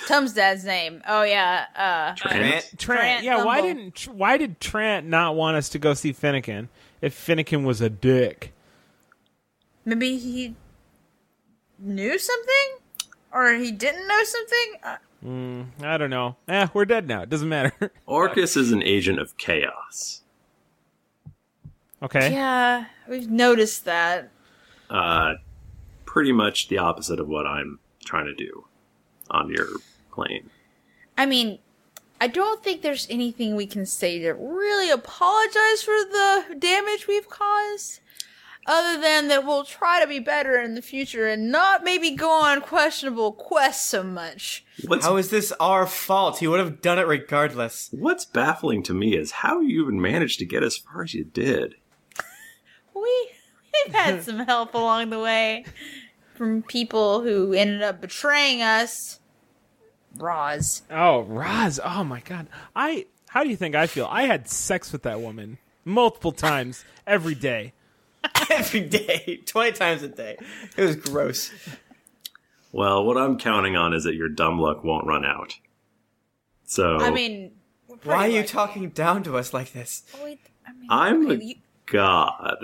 Tom's dad's name. Oh yeah, uh,
Trent. Yeah. Why
Thumble.
didn't why did Trent not want us to go see Finnegan if Finnegan was a dick?
maybe he knew something, or he didn't know something? Uh,
Mm, I don't know. Eh, we're dead now. It doesn't matter.
Orcus is an agent of chaos.
Okay.
Yeah, we've noticed that.
Uh, pretty much the opposite of what I'm trying to do on your plane.
I mean, I don't think there's anything we can say to really apologize for the damage we've caused. Other than that, we'll try to be better in the future and not maybe go on questionable quests so much.
How is this our fault? He would have done it regardless.
What's baffling to me is how you even managed to get as far as you did.
We we've had some help along the way from people who ended up betraying us. Roz.
Oh, Roz. Oh my God. I. How do you think I feel? I had sex with that woman multiple times every day.
every day, 20 times a day. It was gross.
Well, what I'm counting on is that your dumb luck won't run out. So
mean,
why are you talking down to us like this?
I'm a god.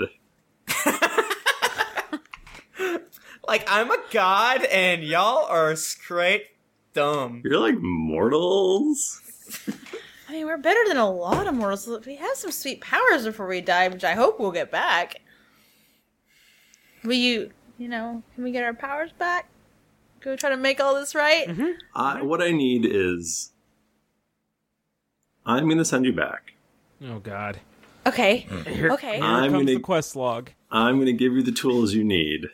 Like I'm a god and y'all are straight dumb.
You're like mortals.
I mean, we're better than a lot of mortals. Look, We have some sweet powers before we die, which I hope we'll get back. Will you, you know, can we get our powers back? Go try to make all this right?
I, what I need is I'm going to send you back
Oh God.
Okay.
Here,
Okay.
Here
I'm
comes
gonna-
the quest log.
I'm going to give you the tools you need.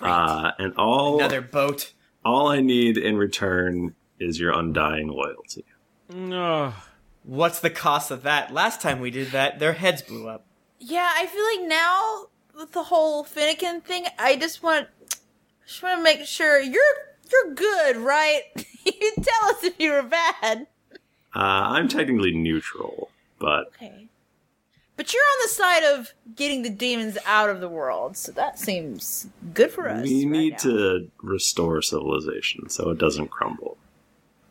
Uh, and all another
boat.
All I need in return is your undying loyalty.
No.
What's the cost of that? Last time we did that, their heads blew up.
Yeah, I feel like now with the whole Finnegan thing, I just want just want to make sure you're you're good, right? you tell us if you were bad.
Uh, I'm technically neutral, but
Okay. But you're on the side of getting the demons out of the world, so that seems good for us.
we need to restore civilization so it doesn't crumble.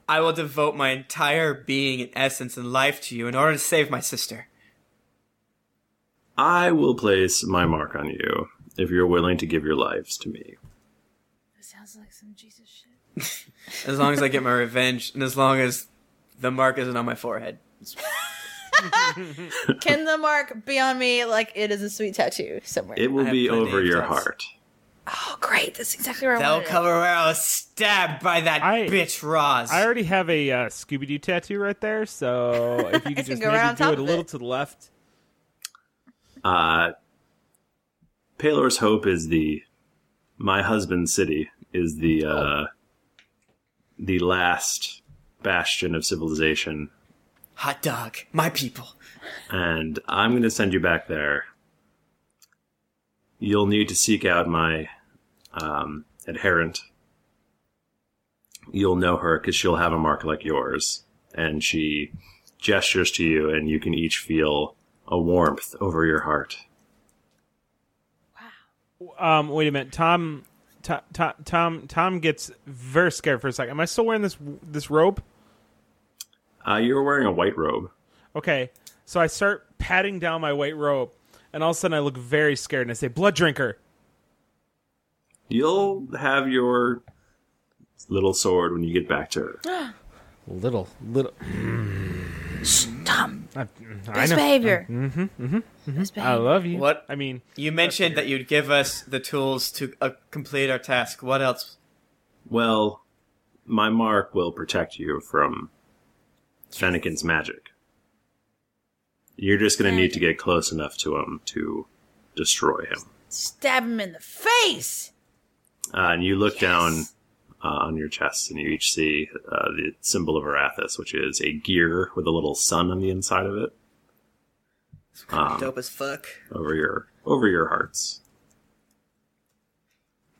I will devote my entire being and essence and life to you in order to save my sister.
I will place my mark on you if you're willing to give your lives to me.
It sounds like some Jesus shit.
As long as I get my revenge, and as long as the mark isn't on my forehead.
Can the mark be on me like it is a sweet tattoo somewhere?
It will
have
be
plenty
over
of
your
thoughts.
heart.
Oh, great! That's exactly where I
That'll
wanted it.
cover where I was stabbed by that bitch Roz.
I already have a uh, Scooby Doo tattoo right there, so if you could just
go
maybe
around
do
top
it a
of
little to the left.
Uh, Palor's Hope is the my husband's city is the uh, the last bastion of civilization,
Hot dog, my people.
and I'm going to send you back there. You'll need to seek out my um, adherent. You'll know her because she'll have a mark like yours, and she gestures to you, and you can each feel a warmth over your heart.
Um, wait a minute, Tom. Tom, Tom- Tom, Tom gets very scared for a second. Am I still wearing this this robe?
Uh, you're wearing a white robe.
Okay, so I start patting down my white robe, and all of a sudden I look very scared, and I say, "Blood drinker."
You'll have your little sword when you get back to her.
little, little.
Stop.
I,
Best behavior.
Mm-hmm, mm-hmm,
Best
I love you.
What?
I mean,
you mentioned that you'd give us the tools to uh, complete our task. What else?
Well, my mark will protect you from Fennekin's magic. You're just going to need to get close enough to him to destroy him.
Stab him in the face.
Uh, and you look down uh, on your chest, and you each see uh, the symbol of Arathis, which is a gear with a little sun on the inside of it. Um,
Dope as fuck.
over your over your hearts.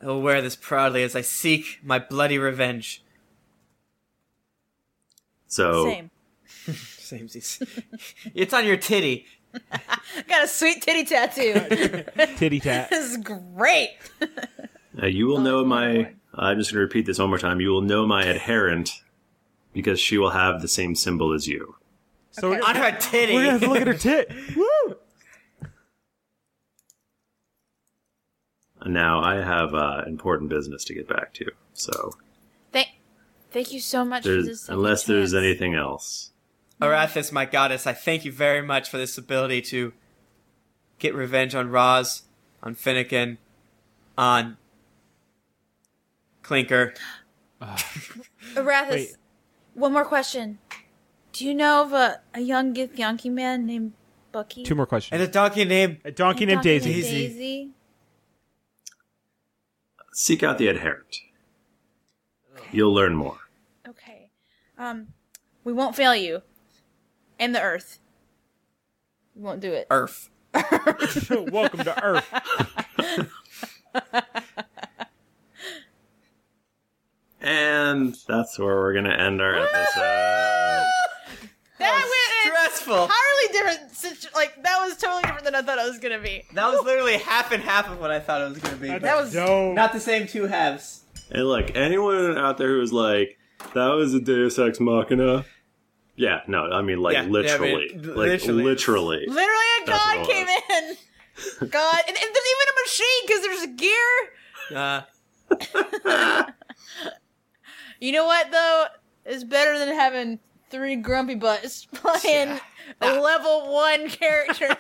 I will wear this proudly as I seek my bloody revenge.
So
Same.
Samesies. it's on your titty.
I got a sweet titty tattoo.
Titty tat.
this is great.
Uh, you will know my. I'm just going to repeat this one more time. You will know my adherent because she will have the same symbol as you.
So
on her titty.
We're gonna have to look at her tit. Woo!
Now I have uh, important business to get back to. So
Thank, thank you so much for this.
there's,
second
unless there's
chance.
anything else,
Arathis, my goddess, I thank you very much for this ability to get revenge on Roz, on Finnegan, on Clinker.
Arathis,
Wait.
Uh, one more question. Do you know of a, a young Githyanki man named Bucky?
Two more questions.
And a donkey named
a donkey named
Donkey
Daisy.
Daisy.
seek out the adherent. You'll learn more.
Okay. Um, we won't fail you. And the Earth. We won't do it.
Earth.
Welcome to Earth.
And that's where we're going to end our episode.
That went in
stressful.
Entirely different. situ- Like that was totally different than I thought it was gonna be.
That was literally half and half of what I thought it was going to be.
That was-
dope.
not the same two halves.
And look, anyone out there who was like, that was a Deus Ex Machina. Yeah, no, I mean, like,
Yeah, yeah, I mean,
literally.
l-
like,
literally.
literally.
Literally, a
That's
god
what it
came in. God, and, and there's even a machine because there's a gear.
Uh,
You know what though? It's better than having three grumpy butts playing a level one character.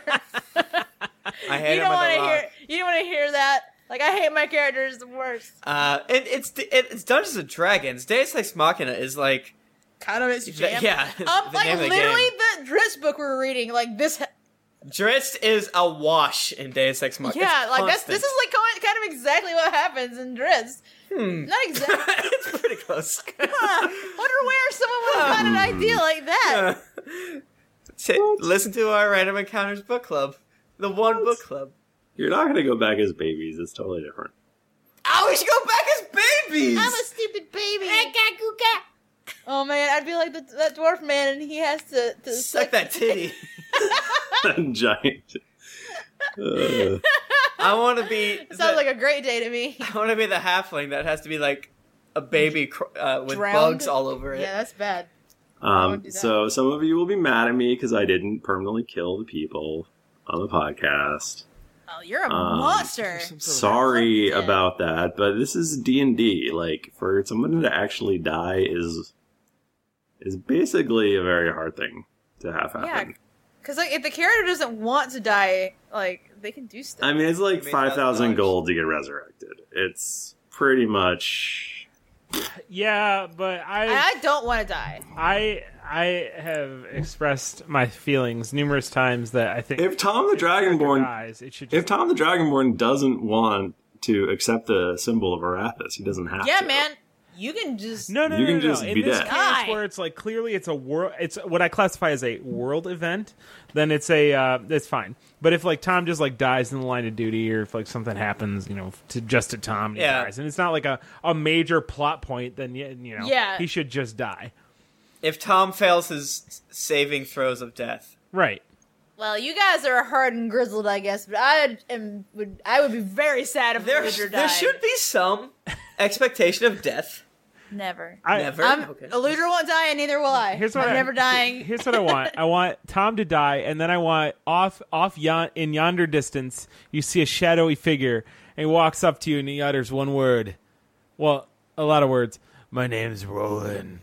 I hate
you don't
him with
want
a
to
lot.
hear. You don't want to hear that. Like I hate my character is the worst.
Uh, it, it's it, it's Dungeons and Dragons. Deus Ex Machina is like
Kind of is
Th- yeah,
Um,
the
like
name of the
literally,
game.
the, that dress book we were reading, like this. ha-
Dressed is a wash in Deus Ex Machina.
yeah,
It's
like that's
constant.
this is like kind of- kind of exactly what happens in dress.
Hmm.
Not exactly.
it's pretty close.
Huh. Wonder where someone would have got an idea like that.
T- listen to our Random Encounters book club, the one book club.
You're not going to go back as babies. It's totally different.
Oh, we should go back as babies.
I'm a stupid baby. Oh man, I'd be like the, that dwarf man, and he has to, to
Suck that titty.
Giant. Uh,
I want to be.
Sounds like a great day to me.
I want to be the halfling that has to be like a baby cr- uh, with
Drowned.
bugs all over it.
Yeah, that's bad.
um, so some of you will be mad at me because I didn't permanently kill the people on the podcast.
Oh, you're a
Um,
monster.
Sorry about that, but this is D and D. Like for someone to actually die is is basically a very hard thing to have
Yeah,
happen.
because like if the character doesn't want to die, like they can do stuff.
I mean, it's like
Maybe
five thousand gold to get resurrected. It's pretty much
Yeah, but I
I don't want to die.
I I have expressed my feelings numerous times that I think
if Tom the Dragonborn
dies, it should
if Tom the Dragonborn doesn't want to accept the symbol of Arathis, he doesn't have
Yeah,
to.
man, you can just
no, no,
You
no,
can
no, no.
just
In
be
this
dead.
case, where it's like clearly it's a world, it's what I classify as a world event. Then it's a uh, it's fine. But if like Tom just like dies in the line of duty, or if like something happens, you know, to just to Tom, and he
Yeah.
dies, and it's not like a, a major plot point, then y- you know,
Yeah.
he should just die,
If Tom fails his s- saving throws of death,
right?
Well, you guys are hard and grizzled, I guess, but I am would I would be very sad if
there,
Ludger died.
there should be some expectation of death.
never.
I-
Never?
I'm,
Okay.
Ludger won't die, and neither will I.
Here's what
I'm
I-
never dying.
Here's what I want. I want Tom to die, and then I want off off yon- in yonder distance. You see a shadowy figure, and he walks up to you, and he utters one word. Well, a lot of words. My name's Roland.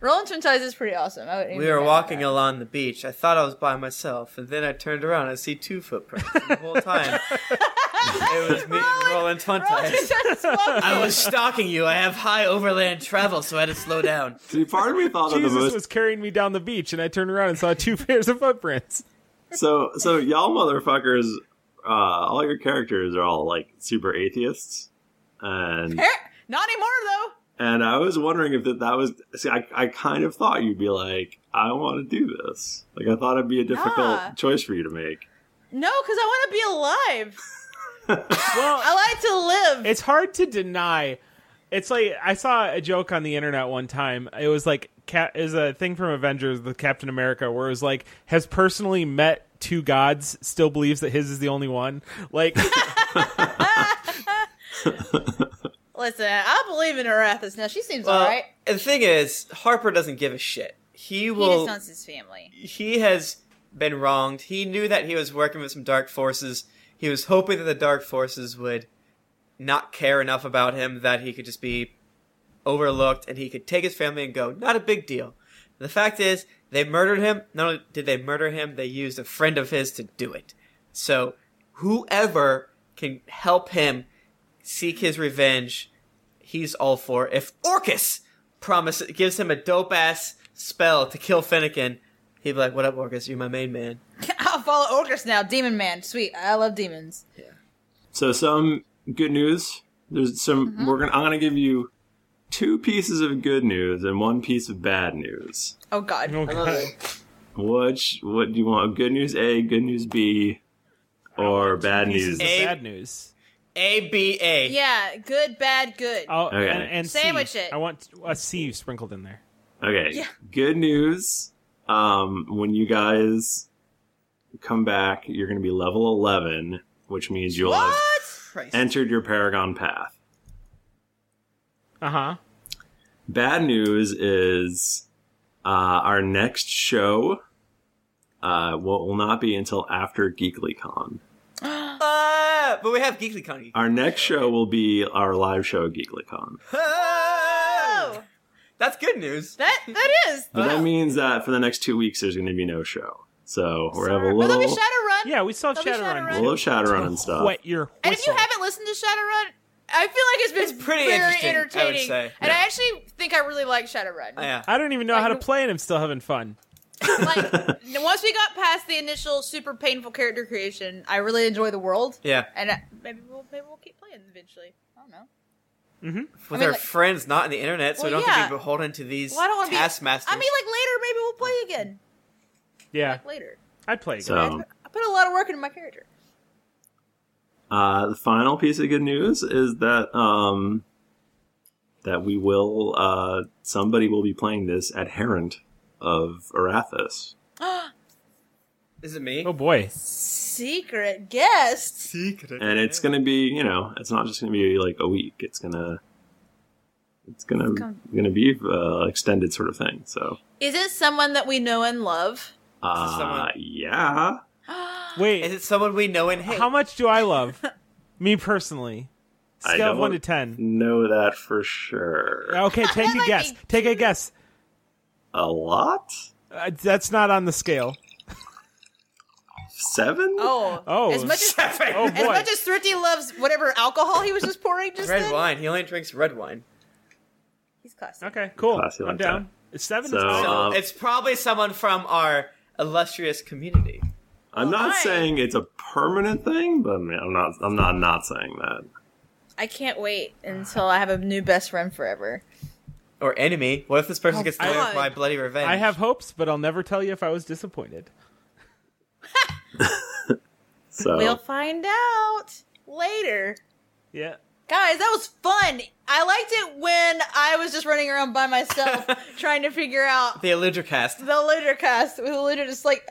Rolling Twin Ties is pretty awesome. I would
We were walking along the beach. I thought I was by myself, and then I turned around and I see two footprints the whole time. it was me and Roland Fuentes. I was stalking you. I have high overland travel, so I had to slow down.
See, part of me thought
Jesus was carrying me down the beach, and I turned around and saw two pairs of footprints.
so so y'all motherfuckers uh all your characters are all like super atheists and
Not anymore though.
and i was wondering if that, that was see I, I kind of thought you'd be like i want to do this like i thought it'd be a difficult
Nah.
choice for you to make
No, because I want to be alive.
well,
I like to live.
It's hard to deny. It's like I saw a joke on the internet one time. It was like cat is a thing from Avengers, the Captain America, where it was like has personally met two gods, still believes that his is the only one. Like
Listen, I believe in Arathis now. She seems
Well,
alright.
The thing is, Harper doesn't give a shit. He
he
will.
just wants his family.
he has been wronged. He knew that he was working with some dark forces. He was hoping that the dark forces would not care enough about him that he could just be overlooked and he could take his family and go. Not a big deal. The fact is, they murdered him. Not only did they murder him, they used a friend of his to do it. So, whoever can help him seek his revenge, he's all for. it. If Orcus promises gives him a dope ass spell to kill Finnegan, he'd be like, "What up, Orcus? You're my main man."
I'll follow Orcus now. Demon man, sweet. I love demons.
so some good news there's some we're gonna i'm gonna give you two pieces of good news and one piece of bad news
Oh God.
I love it.
which what do you want good news a good news b or bad news
pieces of bad news.
A B A.
Yeah, good, bad, good.
Oh,
Okay.
and, and C.
Sandwich it.
I want a C sprinkled in there.
Okay.
Yeah.
Good news. Um, when you guys come back, you're going to be level 11, which means you'll have
Christ.
entered your Paragon path.
Uh huh.
Bad news is uh, our next show uh, will, will not be until after GeeklyCon.
uh, but we have GeeklyCon.
Our next show will be our live show at GeeklyCon.
Oh! That's good news.
That that is.
But that means that for the next two weeks, there's going to be no show. So we're going to have a
But there'll be
little,
Shadowrun.
Yeah, we still have
There'll be
Shadowrun.
we'll have Shadowrun and stuff.
Wet your
And if you
whistle.
haven't listened to Shadowrun, I feel like it's been
It's pretty
very
interesting, I would
entertaining,
say.
and
Yeah.
I actually think I really like Shadowrun.
I don't even know how to play, and I'm still having fun.
Now, Once we got past the initial super painful character creation, I really enjoy the world.
Yeah.
and I, maybe we'll maybe we'll keep playing eventually. I don't know.
Mm-hmm. With
I mean,
our
like-
friends not in the internet, so we
Well,
don't have
yeah.
to be beholden to these
Well, I don't want to be.
taskmasters.
I mean, like later, maybe we'll play again.
yeah,
Later,
I'd play
So,
I put a lot of work into my character.
uh, the final piece of good news is that um, that we will uh, somebody will be playing this at Herent of Arathis.
Is it me?
Oh boy!
Secret guest.
Secret.
and it's going to be you know it's not just going to be like a week it's going to it's going to
Come.
going to be uh, extended sort of thing so
Is it someone that we know and love?
uh, yeah
Wait,
is it someone we know and hate?
How much do I love? Me personally,
I
scale of
don't
one to ten.
know that for sure
Okay, take a guess. Take a guess.
a lot
Uh, that's not on the scale.
seven
Oh,
Oh,
as much as,
oh
as
boy.
much as Thrifty loves whatever alcohol he was just pouring just
red
then.
wine. He only drinks red wine.
He's classy.
Okay, cool.
Classy
I'm
like
down. It's seven. is fine.
So
um,
it's probably someone from our illustrious community.
i'm not saying it's a permanent thing but I mean, i'm not i'm not not saying that
I can't wait until I have a new best friend forever.
Or enemy. What if this person
Oh,
gets away with
God.
my bloody revenge?
I have hopes, but I'll never tell you if I was disappointed.
so
We'll find out later.
Yeah.
Guys, that was fun. I liked it when I was just running around by myself trying to figure out
the Eludricast.
the Ludercast with Luder just like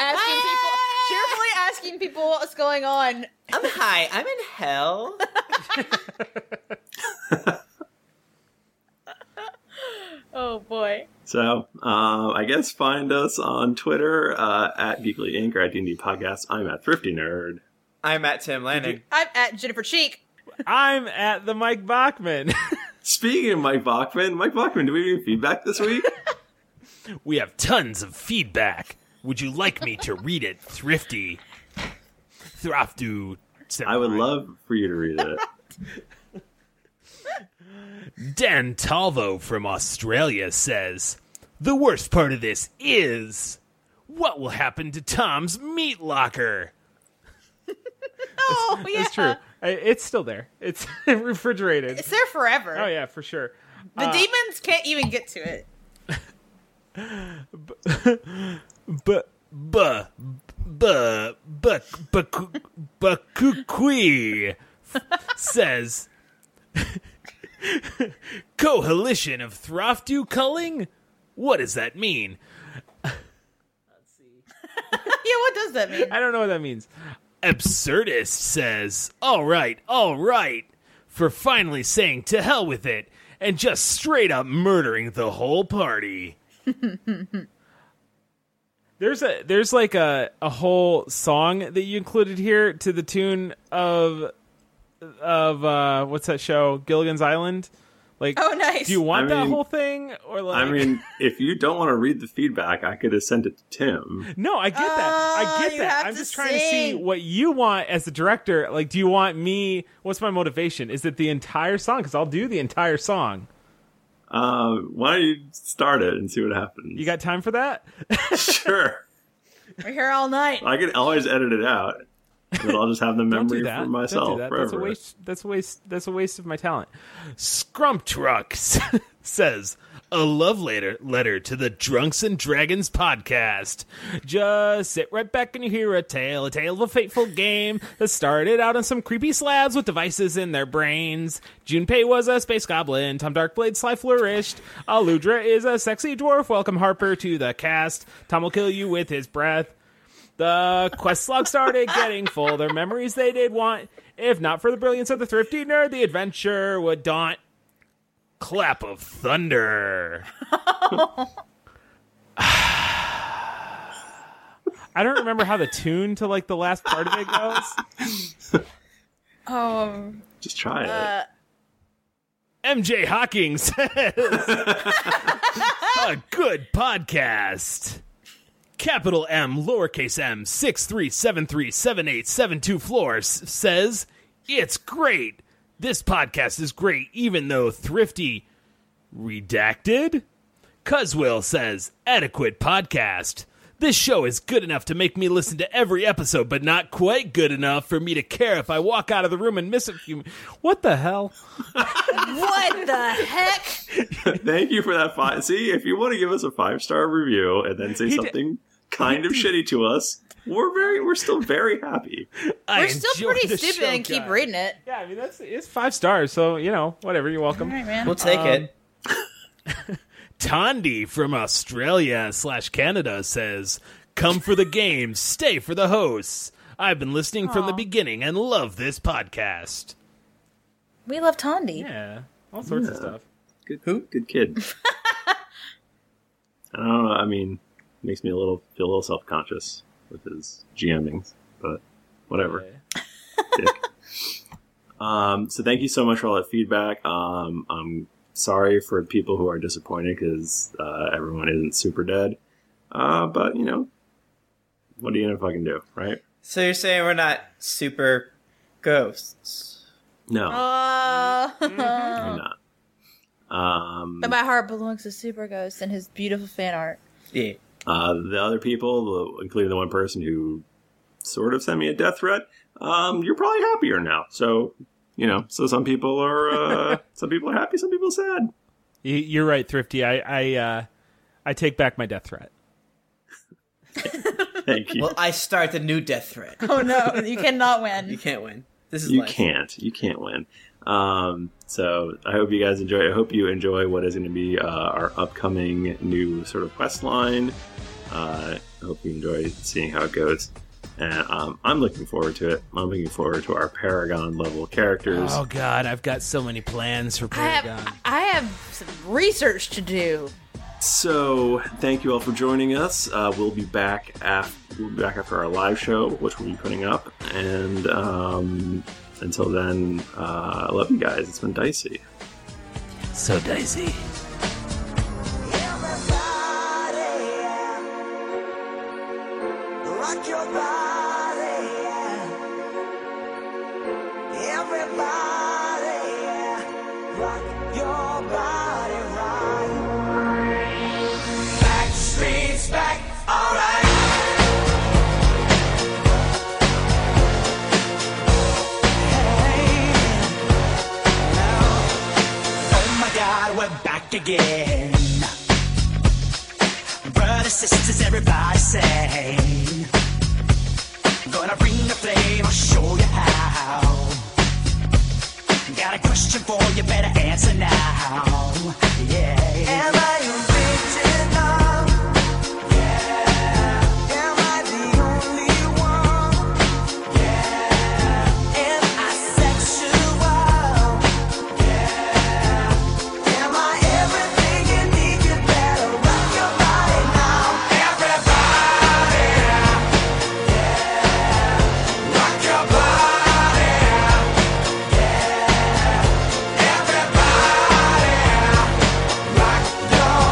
asking people, cheerfully asking people what's going on.
I'm high. I'm in hell.
oh boy.
So, uh, I guess find us on Twitter uh, at Geekly Inc. or at D&D Podcast. I'm at Thrifty Nerd.
I'm at Tim Lanning.
I'm at Jennifer Cheek.
I'm at the Mike Bachman.
Speaking of Mike Bachman, Mike Bachman, do we have any feedback this week?
We have tons of feedback. Would you like me to read it, Thrifty? Thraftu.
I would love for you to read it.
Dan Talvo from Australia says The worst part of this is what will happen to Tom's meat locker?
Oh, yeah.
It's true. I- It's still there. It's refrigerated.
It's there forever.
Oh yeah, for sure.
The
Uh,
demons can't even get to it.
But, but, but, but, Bakukui says Coalition of Throfdu culling? What does that mean?
yeah, what does that mean?
I don't know what that means.
Absurdist says, All right, all right, for finally saying to hell with it and just straight up murdering the whole party.
There's a there's like a a whole song that you included here to the tune of of uh what's that show Gilligan's Island? Like
Oh, nice.
Do you want
I
that
mean-
whole thing or like
I mean, if you don't want to read the feedback, I could have sent it to Tim.
No, I get that. I
Oh,
get
you
that.
have
I'm
to
just trying to see
sing.
what you want as the director. Like do you want me what's my motivation? Is it the entire song cuz I'll do the entire song.
Uh, why don't you start it and see what happens?
You got time for that?
sure.
We're here all night.
I can always edit it out, but I'll just have the
Don't
memory
do that.
for myself
Don't do that. That's a
forever.
waste that's a waste that's a waste of my talent.
Scrump Trucks says a love letter letter to the Drunks and Dragons podcast. Just sit right back and you hear a tale, a tale of a fateful game that started out on some creepy slabs with devices in their brains. Junpei was a space goblin. Tom Darkblade sly flourished. Aludra is a sexy dwarf. Welcome Harper to the cast. Tom will kill you with his breath. The quest log started getting full. Their memories they did want. If not for the brilliance of the thrifty nerd, the adventure would daunt. Clap of thunder.
I don't remember how the tune to like the last part of it goes.
Um,
Just try it.
uh,
MJ Hawking says a good podcast. Capital M, lowercase m, six three seven three seven eight seven two floors says it's great. This podcast is great, even though thrifty. Redacted? Cuswell says, adequate podcast. This show is good enough to make me listen to every episode, but not quite good enough for me to care if I walk out of the room and miss a few. What the hell?
what the heck?
Thank you for that five. See, if you want to give us a five star review and then say
He did-
something kind of shitty to us, we're very, we're still very happy.
We're still pretty stupid and keep reading it.
Yeah, I mean that's it's five stars, so you
Oh,
know whatever. You're welcome.
All right, man.
Um, Tondi from Australia slash Canada says, "Come for the games, stay for the hosts." I've been listening from the beginning and love this podcast.
We love Tondi.
Yeah. All
sorts of stuff.
Uh, Good, Who? Good kid. I don't know. I mean, makes me a little feel a little self conscious with his GMings, but whatever. Dick. Um, so thank you so much for all that feedback. Um, I'm sorry for people who are disappointed because uh, everyone isn't super dead. Uh, but you know, what are you gonna fucking do, right?
So you're saying we're not super ghosts?
No,
Uh,
I'm not. Um,
but my heart belongs to Super Ghost and his beautiful fan art.
Yeah.
Uh, the other people, the- including the one person who sort of sent me a death threat, um, you're probably happier now. So, you know, so some people are uh, some people are happy, some people are sad.
You- You're right, Thrifty. I I uh, I take back my death threat.
Thank you.
Well, I start the new death threat.
Oh no, you cannot win.
You can't win. This is
You
life.
can't, you can't win. Um, so I hope you guys enjoy. I hope you enjoy what is going to be uh, our upcoming new sort of quest line. Uh, I hope you enjoy seeing how it goes. And um, I'm looking forward to it. I'm looking forward to our Paragon level characters.
Oh God, I've got so many plans for Paragon.
I have some research to do.
So, thank you all for joining us. Uh, we'll be back after we'll be back after our live show, which we'll be putting up. And um, until then, uh, I love you guys. It's been dicey.
So dicey.
Rock your body, yeah. Everybody, yeah. Rock your body right. Back streets back, alright. Hey, now. Oh my God, we're back again. Brothers, sisters, everybody sing. Gonna bring the flame, I'll show you how. Got a question for you, better answer now. Yeah. Am I original? Yeah. Am I the only one? Yeah. Am I sexual? Yeah. Am I everything you need? You better rock your body now. Everybody. Rock your body. Yeah. Everybody. Rock your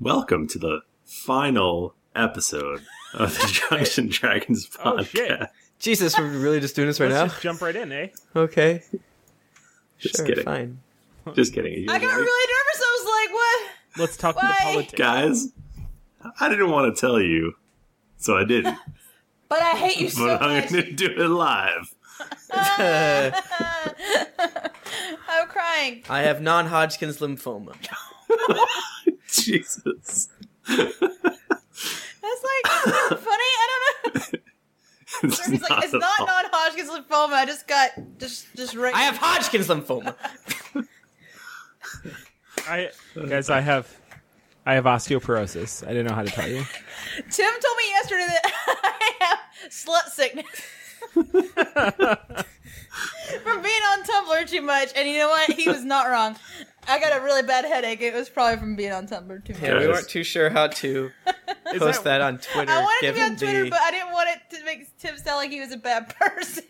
Welcome to the final episode of the Drunks and Dragons podcast.
Oh, shit.
Jesus, we're really just doing this right
Let's
now.
just jump right in, eh?
Okay.
Just
sure,
kidding.
fine.
Just kidding.
I got really nervous. I was like, what?
Let's talk
Why? politics.
Guys, I didn't want to tell you, so I didn't.
But I hate you so Oh,
but I'm
much.
going to do it live.
I'm crying.
Uh, I have non-Hodgkin's lymphoma.
Jesus.
That's like funny. I don't know.
It's
He's like, it's not non-Hodgkin's lymphoma. I just got just just right.
I have Hodgkin's lymphoma.
I guys, I have I have osteoporosis. I didn't know how to tell you.
Tim told me yesterday that I have slut sickness from being on Tumblr too much, and you know what? He was not wrong. I got a really bad headache. It was probably from being on Tumblr too much.
Yeah, we weren't too sure how to post that, on Twitter.
I wanted to be
given
on Twitter,
the...
but I didn't want it to make Tim sound like he was a bad person.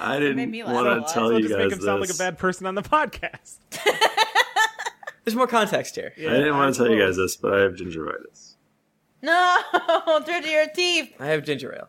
I
It made
didn't
me laugh a
want
lot.
to tell
I'll
you
just
guys
make him sound like a
this.
bad person on the podcast.
There's more context here.
I didn't want to tell you guys this, but I have gingivitis.
No, through to your teeth.
I have ginger ale.